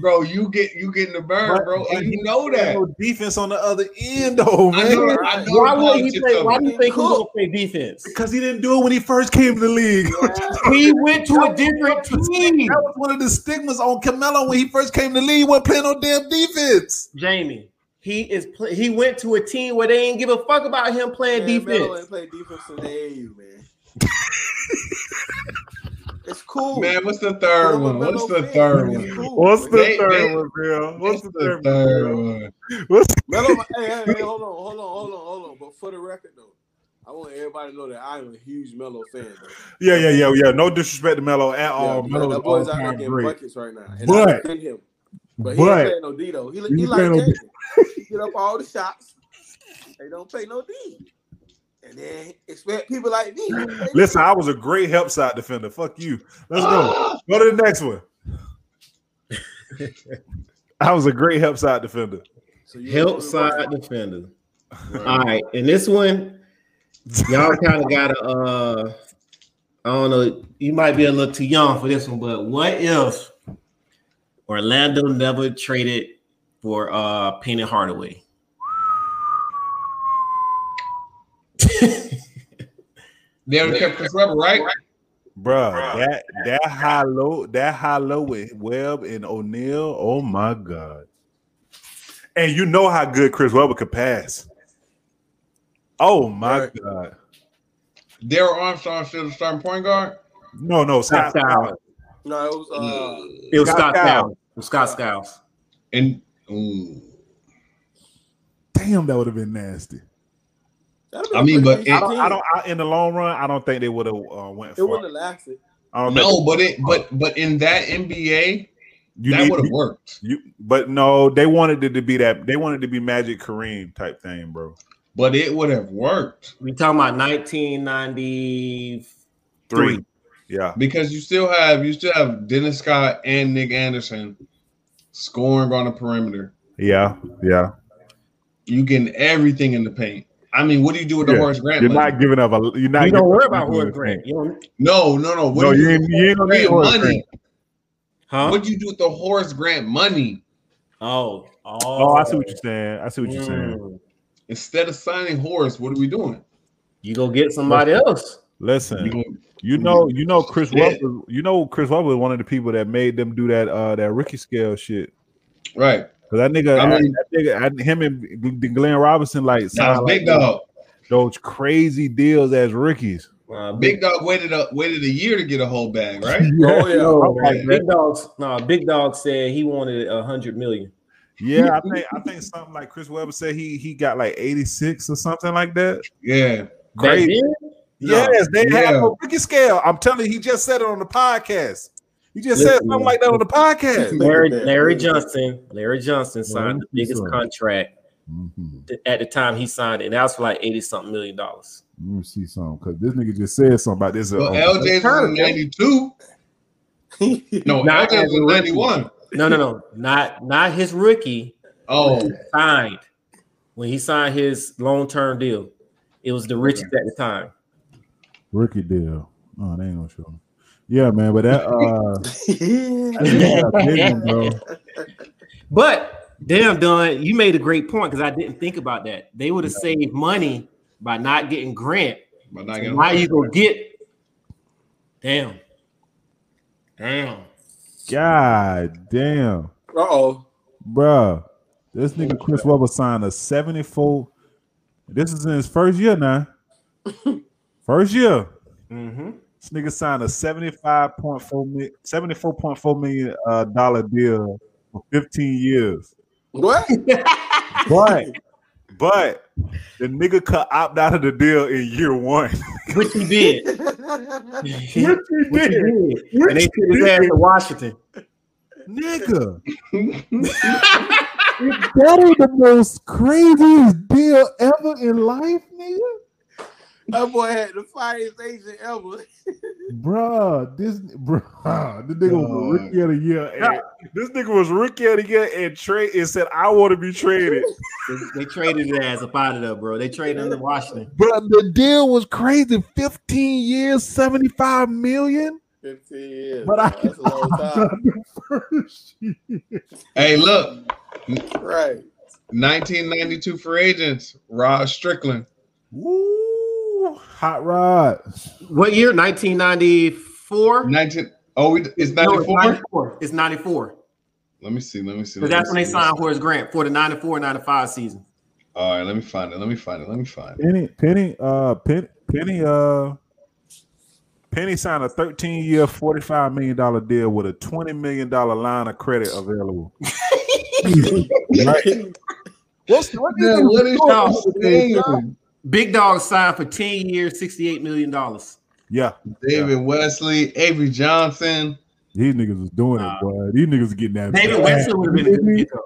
B: bro, you get you getting the burn,
A: But-
B: bro,
A: but
B: and you
A: he
B: know that.
A: No defense on the other end, though,
B: I know,
A: man.
B: I know.
E: Why
B: the
E: would
B: politics
E: he play?
B: of
E: Why
B: it.
E: do you think he's
D: Cook.
E: gonna play defense?
A: Because he didn't do it when he first came to the league.
E: He went to a different team.
A: That was one of the stigmas on Camelo when he first came to the league. He wasn't playing no damn defense.
E: Jamie. He is. Pl- he went to a team where they ain't give a fuck about him playing
D: Man, Melo ain't
E: defense.
D: played defense in the AAU, man. it's cool.
B: Man, what's the
D: Melo-
B: third one?
D: Melo
B: What's the
D: fit.
B: third
D: It's
B: one?
D: cool.
A: What's the
B: They-
A: third
B: they-
A: one, Bill? What's
B: What's
A: the
B: the
A: third,
B: third
A: one?
B: one?
A: What's
D: Melo, hey, hey, hey, hold on, hold on, hold on, hold on. But for the record, though, I want everybody to know that I am a huge Melo fan. Though.
A: Yeah, yeah, yeah, yeah. No disrespect to Melo at all.
D: Yeah,
A: Melo
D: Oh, that
A: is
D: boy's out there
A: all-time
D: getting
A: great.
D: buckets right now, and I
A: But-
D: defend him. But he ain't
A: But
D: playing no D though. He,
A: He
D: he like
A: playing no
D: James. He get up all the shots. They don't play no D. And then expect people like me.
A: Listen, I was a great help side defender. Fuck you. Let's go. go to the next one. I was a great help side defender.
D: So you-
E: Help side defender. All right, and this one, y'all kind of got to. Uh, I don't know. You might be a little too young for this one, but what if Orlando never traded for uh Penny Hardaway?
B: They only kept Chris Webber, right?
A: Bruh, that that high low, that high low with Webb and O'Neal. Oh my god. And you know how good Chris Webber could pass. Oh my
D: Right.
A: god.
B: Daryl Armstrong still the starting point guard.
A: No, no, Scott.
E: Scott Skiles.
D: No, it was uh,
E: It was
A: Scott
E: Scott
A: Skiles.
E: Skiles. It was Scott Skiles.
B: And
A: Mm.
B: ooh.
A: Damn, that would have been nasty.
D: that'd be
B: I mean, but
D: a
B: it-
A: I don't,
D: pretty team.
A: I don't I, in the long run, I don't think they would have uh, went
D: It wouldn't
A: for.
D: have lasted.
A: I don't think
B: no, but it but but in that NBA,
A: you
B: that
A: need-
B: would have
A: you-
B: worked.
A: You, but no, they wanted it to be that. They wanted it to be Magic Kareem type thing, bro.
B: But it would have worked
E: We talking about 1990.
A: Three.
E: Three.
A: Yeah.
B: because you still have you still have Dennis Scott and Nick Anderson scoring on the perimeter.
A: Yeah. Yeah.
B: You getting everything in the paint. I mean, what do you do with the
A: Yeah.
B: Horace Grant?
A: You're
B: money?
A: not giving up a you're not
E: You
A: giving
E: don't worry
A: up
E: about
A: a good
E: Horace Grant.
A: thing.
E: You don't,
B: no, no, no. What
A: No,
B: do
A: you
B: you
A: ain't,
B: do
A: you ain't gonna
B: with
A: need
B: the Horace
A: Horace
B: Grant money?
A: Grant.
E: huh?
B: What do you do with the Horace Grant money?
E: oh, oh,
A: Oh, I see what you're saying. I see what you're saying.
E: Mm.
B: Instead of signing Horace, what are we doing?
E: You go get somebody else.
B: You
A: Listen,
B: gonna-
A: you know, you know, Chris
B: Yeah.
A: Webber, you know, Chris Webber was one of the people that made them do that uh that rookie scale shit.
B: right.
A: Cause that nigga,
B: I mean-
A: that nigga, I, him and Gl- Glenn Robinson like
B: Now,
A: signed
B: big
A: like,
B: dog.
A: those crazy deals as rookies.
E: Uh,
B: Big dog waited up waited a year to get a whole bag, right?
D: Oh, yeah.
E: No,
A: Okay,
E: big,
A: man.
E: dogs. No, big dog said he wanted a hundred million.
A: Yeah, I think I think something like Chris Webber said he he got like 86 or something like that.
B: Yeah.
E: Back
A: Crazy.
E: then,
A: Yes, they have
B: Yeah.
A: no rookie scale. I'm telling you, he just said it on the podcast. He just said
E: Listen,
A: something like that on the podcast.
E: Larry,
D: Back then.
E: Larry Johnson, Larry Johnson signed the biggest
A: Johnson.
E: contract
A: Mm-hmm.
E: th- at the time he signed it, and that was for like eighty something million dollars.
A: Let me see something because this nigga just said something about this. uh,
E: um,
B: Well, LJ's was in 92. No,
E: Not
B: LJ
E: as
B: was
E: a
B: in
E: rookie.
B: 91.
E: No, no, no, not not his rookie
B: Oh,
E: signed when he signed his long term deal. It was the richest at the time.
A: rookie deal. Oh, they ain't gonna show him. Yeah, man, but that uh,
E: But damn, Don, you made a great point because I didn't think about that. They would have saved money by not getting Grant.
B: but not
E: So
B: getting
E: now you gonna get? Damn, damn.
A: God damn.
D: Uh oh.
A: Bruh, this nigga Chris Webber signed a 74. This is in his first year now. first year.
E: Mm-hmm.
A: This nigga signed a 75.4 mi- 74.4 million uh, dollar deal for 15 years.
D: What?
A: But but the nigga could opt out of the deal in year one.
E: Which he did. Which he did. And they sent his ass to Washington.
A: nigga,
B: him.
A: that is the most craziest deal ever in life, nigga.
D: that boy had the finest agent ever.
A: Bruh, this bruh, the nigga
B: Dog.
A: was a rookie of the year. And this nigga was rookie of the year and trade and said, I want to be traded.
E: They, they traded his ass up out of there, bro. They traded him to Washington.
A: But the deal was crazy. 15 years, 75 million.
D: 15 years.
A: But I-
D: That's a long time.
B: hey, look,
D: right.
B: 1992 free agents, Rod Strickland.
A: Woo, hot rod.
E: What year? 1994?
B: 19 Oh, we, it's
E: No,
B: 94.
E: it's 94. It's 94.
B: Let me see. Let me see. let
E: Because
B: me
E: that's when they
B: see.
E: signed Horace Grant for the 94 95 season.
B: All right, let me find it. Let me find it. Let me find it.
A: Penny, Penny, uh, Penny, Penny, uh, Penny signed a 13 year, $45 million deal with a $20 million line of credit available. right. What's, what
B: Yeah, what is y'all saying?
E: Big Dog signed for 10 years, $68 million.
A: Yeah,
B: David Wesley, Avery Johnson.
A: these niggas was doing
E: Nah.
A: it, boy. These niggas was getting that
E: David
A: bag. Mm,
E: Wesley would have been a good pickup.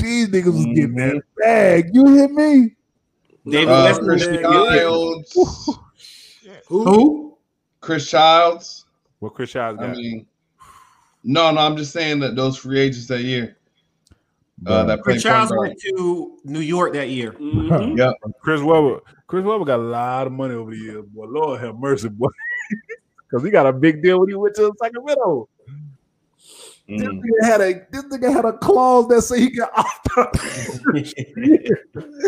A: These niggas was getting that
B: Mhm.
A: bag. You hit me.
E: David
B: Uh,
E: West
B: Chris
E: man, yeah.
B: Childs.
C: Who?
B: Chris Childs.
A: What Chris Shaw's got?
B: I mean, no, no. I'm just saying that those free agents that year uh,
A: But
B: that played
E: Chris Charles
B: point
E: went to New York that year.
D: Mhm.
A: Chris Webber, Chris Webber got a lot of money over the years, boy. Lord have mercy, boy. Because he got a big deal when he went to Sacramento.
B: guard. Mm.
A: This nigga had a this nigga had a clause that said he got off.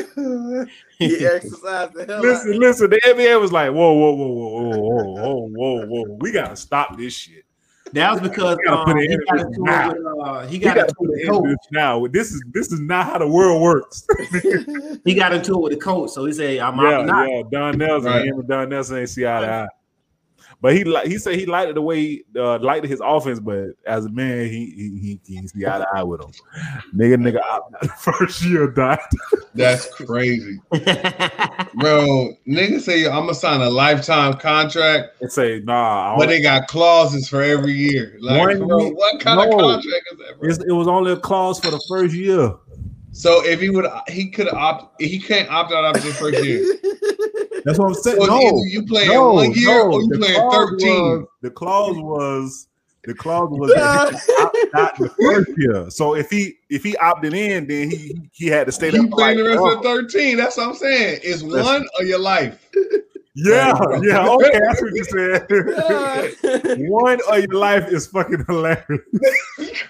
D: He exercised the hell out
A: listen, listen. The NBA was like, whoa, whoa, whoa, whoa, whoa, whoa, whoa, whoa, whoa. We gotta stop this shit.
E: That was because
A: You gotta
E: um,
A: put
E: he
A: it in
E: got
A: with
E: into
A: now.
E: it with, uh, he
A: We
E: got
A: gotta
E: into it
A: put
E: with
A: an
E: the
A: end to
E: coach.
A: this now. This is this is not how the world works.
E: He got into it with the coach, so he said, "I'm
A: yeah,
E: opting out."
A: yeah. Don Nelson,
B: Right.
A: him and Don Nelson ain't see eye to eye. But he li- he said he liked it the way he uh, liked his offense, but as a man, he he he, he see eye to eye with him. Nigga, nigga, out the first year died.
B: That's crazy,
E: yeah,
B: bro. Niggas say I'm gonna sign a lifetime contract.
A: And say, nah, I
B: But
A: don't-
B: they got clauses for every year. Like,
A: One
B: bro,
A: year-
B: what kind of
A: no.
B: contract is that, bro?
A: it's- it was only a clause for the first year.
B: so if he would, he could opt. He can't opt out after the first year.
A: That's what I'm saying.
B: So it's
A: no,
B: either you playing
A: no,
B: one year
A: no.
B: or you
A: The
B: playing
A: clause
B: thirteen.
A: was- the clause was the clause was that he could opt out the first year. So if he if he opted in, then he he had to stay there.
B: you
A: for
B: playing
A: like
B: the rest
A: forever.
B: of the thirteen. That's what I'm saying. It's
A: Listen.
B: one or your life.
A: Yeah,
B: Right.
A: yeah, okay, that's what you said.
D: Yeah.
A: One of your life is fucking hilarious.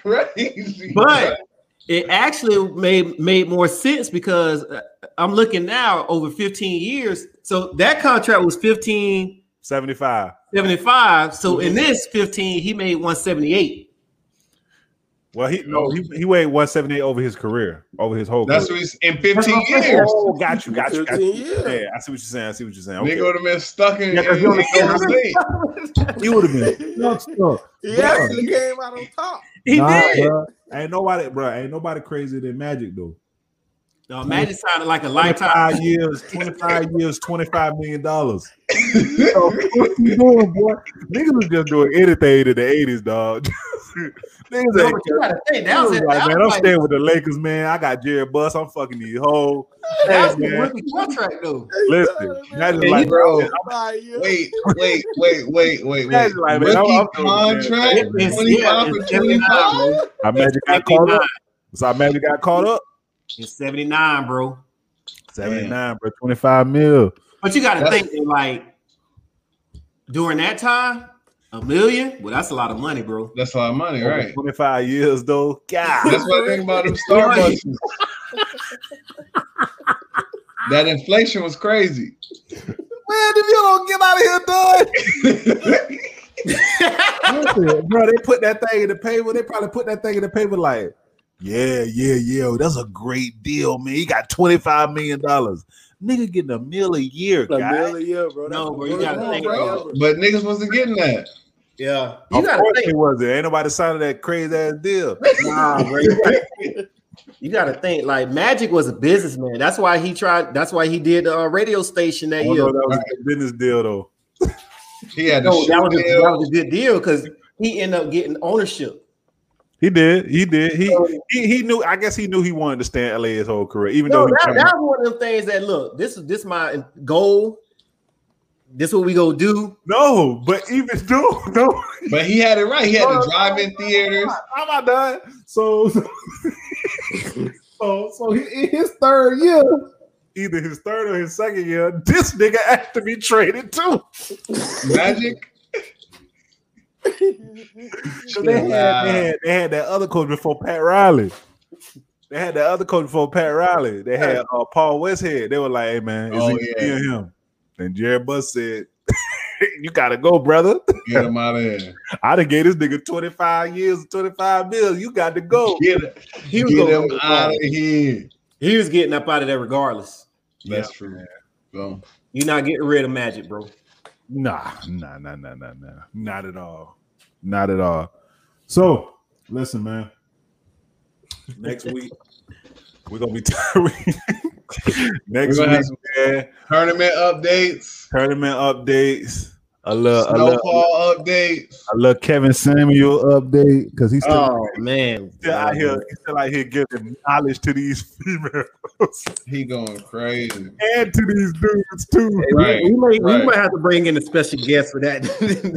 B: Crazy.
E: But it actually made made more sense because uh, I'm looking now over 15 years. So that contract was 1575.
A: 75.
E: So in this 15, he made 178.
A: Well, he no, he, he weighed 178 over his career, over his whole
B: that's what
A: career.
B: he's in fifteen years.
A: Oh, got you, got you, got you.
D: 15 years.
A: Yeah, I see what you're saying. I see what you're saying.
B: Nigga would have been stuck in.
A: Yeah, 'cause you only-
B: in Oklahoma State.
A: Okay. You would have been stuck, stuck.
D: He actually came out on top.
E: He
A: Nah,
E: did.
A: bruh. Ain't nobody, bro. Ain't nobody crazier than Magic though.
E: No, Magic sounded like a lifetime.
A: Twenty-five years, twenty-five years, twenty-five million dollars. So, what you doing, boy? Niggas was just doing anything in the eighties, dog. Niggas
E: No,
A: ain't
E: but you gotta think,
A: I
E: that was,
A: was
E: that
A: like, man, I'm
E: was, like,
A: staying with the Lakers, man. I got Jared Buss. I'm fucking these hoe.
E: that
A: Hey,
E: was the
A: man,
E: rookie contract though.
A: listen. Imagine
B: And
A: like,
B: you- bro,
D: Wait.
B: Wait, wait, wait, wait, wait, wait.
A: Imagine like, man,
B: Rookie
A: I'm- I'm doing this,
B: contract,
A: man.
E: It's-
B: twenty
E: yeah,
B: five for
E: it's
B: twenty
E: 79,
B: five.
E: bro.
A: I Magic got caught up. So I Magic got caught up.
E: It's 79, bro.
A: Seventy nine, bro. Twenty five mil.
E: But you got to
B: That's-
E: think that, like during that time, a million. Well, that's a lot of money, bro.
B: That's a lot of money, right?
A: Twenty five years though. God.
B: That's what I think about them Starbucks. that inflation was crazy.
A: Man, if you don't get out of here, dog. Listen, bro, they put that thing in the paper. They probably put that thing in the paper like, yeah, yeah, yeah. That's a great deal, man. He got $25 million. Nigga getting a mil a year,
D: A
A: guys.
D: million years, bro.
E: No,
D: That's
E: bro,
D: the
E: you gotta
D: worst
E: think,
D: number
E: bro.
D: ever.
B: but niggas wasn't getting that.
E: Yeah, you
A: Of
E: got to
A: course
E: think.
A: it wasn't. Ain't nobody signing that crazy ass deal.
E: Nah, bro. You gotta think. You got to think. Like Magic was a businessman. That's why he tried. That's why he did a radio station
A: I
E: that
A: don't
E: year.
A: know if that was a business deal though.
B: He had to
E: No, that was a,
B: deal.
E: that was a good deal because he ended up getting ownership.
A: He did. He did. He he, he knew. I guess he knew he wanted to stay in LA his whole career, even
E: No,
A: though he
E: that, that was one of them things that look. This is this my goal. This what we gonna do.
A: no. But even though no,
B: But he had it right. He had the drive-in theaters.
A: I'm not done. So so so he, in his third year, either his third or his second year, this nigga had to be traded too.
B: Magic.
A: So they, had, they had they had that other coach before Pat Riley. They had that other coach before Pat Riley. They had uh, Paul Westhead. They were like, "Hey man, is
B: Oh,
A: it
B: yeah.
A: me or him?" And Jared Buss said, "You gotta go, brother.
B: Get him out of here.
A: I done gave this nigga twenty five years, twenty five mil. You got to go."
B: Get,
E: He was
B: get
E: gonna-
B: him out of here.
E: He was getting up out of there regardless.
B: That's true. So,
E: You're not getting rid of Magic, bro.
A: Nah, nah, nah, nah, nah, nah. Not at all. Not at all. So listen, man. Next week we're gonna be next
B: We're gonna
A: week,
B: have some-
A: man,
B: tournament updates.
A: tournament updates. I love, I love,
B: Snowfall update.
A: I love Kevin Samuel update because he's still,
E: Oh man,
A: still out here. He's still out here giving knowledge to these females
B: He going crazy.
A: and to these dudes too.
E: We-
B: Right,
E: we, may, we
B: right.
E: might have to bring in a special guest for that.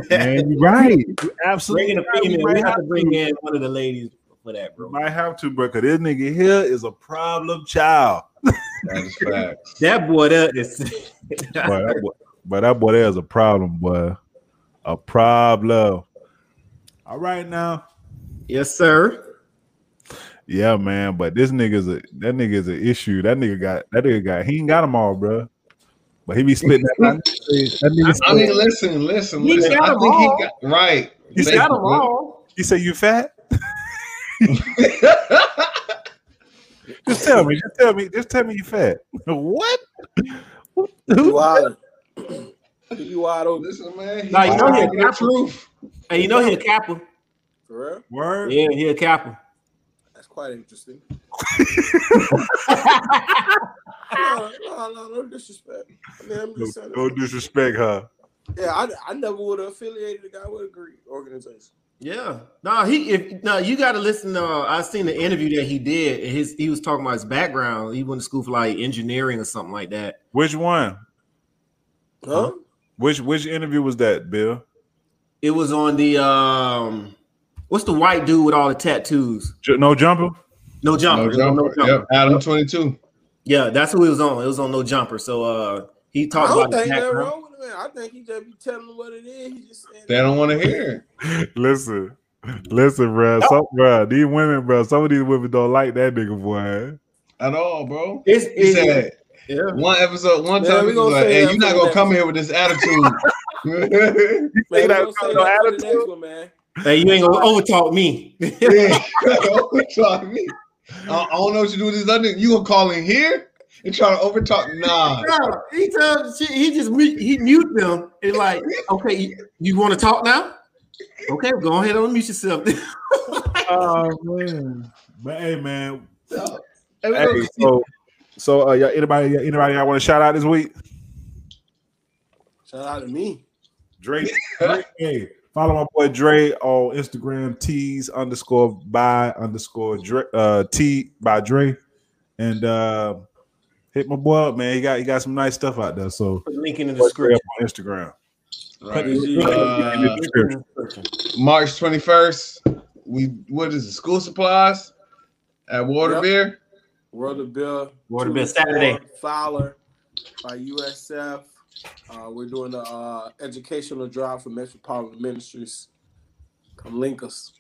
A: Man, you're right. You
E: bring
A: absolutely.
E: in a
A: right.
E: female.
A: might
E: We have to
A: have
E: bring
A: to.
E: in one of the ladies for that, bro.
A: Might have to, bro. Cause this nigga here is a problem child.
B: That is facts.
E: That boy there is.
A: But that boy, but that boy there's a problem, boy. A problem. All right now.
E: yes, sir.
A: Yeah, man. But this nigga's a that nigga's an issue. That nigga got that nigga got he ain't got them all, bro. But he be spitting that. that nigga
B: I mean,
A: spit-
B: listen, listen,
C: He
B: listen.
C: got
B: I
C: them
B: think
C: all.
B: he got right.
A: He's
B: Thank
A: got
B: you,
A: them
B: Flip.
C: all.
A: you say you fat? Just tell me. Just tell me. Just tell me you fat. what? Who-
D: You
A: who-
D: wild. you wide open.
B: listen, man. He
E: Nah,
A: you
B: got
A: know he
B: the
E: a cap-
B: truth.
E: And you know he a capper.
D: For real?
A: Word.
E: Yeah, he a capper.
D: That's quite interesting. no, no, no, no disrespect. I mean, I'm
A: No,
D: just saying.
A: no disrespect her.
D: Yeah, I, I never would have affiliated a guy with a Greek organization.
E: Yeah. No, he if no, you gotta listen. Uh I seen the interview that he did. and His he was talking about his background. He went to school for like engineering or something like that.
A: Which one?
D: Huh?
A: Which which interview was that, Bill?
E: It was on the um what's the white dude with all the tattoos?
A: Ju- no jumper.
E: No
B: No
E: jumper. It was on
B: jumper. Yep, Adam 22.
E: Yeah, that's who he was on. It was on no jumper. So uh he
D: I
E: talked
D: don't
E: about his
D: think nothing
E: background.
D: wrong with him. I think he just be telling him what it is. He just saying
B: They don't want to hear.
A: Listen, listen, bro. Some, bruh, These women, bro. Some of these women don't like that nigga, boy.
B: it At all, bro.
E: It's,
B: He
E: it's
B: said
E: yeah.
B: one episode, one
D: Man,
B: time
D: we
B: he
D: gonna
B: was like,
D: say
B: "Hey,
D: that
B: you're not
D: for
B: gonna
D: the
B: come here with this attitude."
D: Man,
A: that
D: we gonna
A: kind
D: say
A: of
D: that for the
A: attitude?
D: next one, man.
E: Hey, you ain't gonna overtalk me.
B: Yeah. Don't try me. I I don't know what you do with this other. You gonna call in here and try to overtalk? Nah,
E: No, he tells she, he just mute- he mute them and like, okay, you, want to talk now? Okay, go ahead and mute yourself.
A: Oh man. But hey, man.
B: No.
A: Hey, so, so uh, y'all, anybody, y'all- anybody, y'all want to shout out this week?
D: Shout out to me.
A: Drake. Drake hey, follow my boy Dre on Instagram. T's underscore by underscore Dre, uh, T by Dre, and uh, hit my boy up, man. He got he got some nice stuff out there. So
E: Put the link in the
A: look Dre
E: description.
A: up on Instagram.
B: Right.
D: Put-
B: Uh,
E: Link in the description.
B: March 21st, we what is it? School supplies at Waterbeer.
D: World of Bill.
E: World of Bill,
D: Two to four,
E: Saturday.
D: Fowler by USF. Uh, we're doing a uh, educational drive for Metropolitan Ministries. Come link us.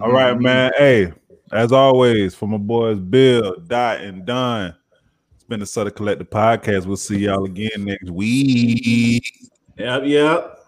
A: All right,
B: Mm-hmm.
A: man. Hey, as always, for my boys Bill, Dot, and Don, it's been the Southern Collective Podcast. We'll see y'all again next week.
E: Yep, yep.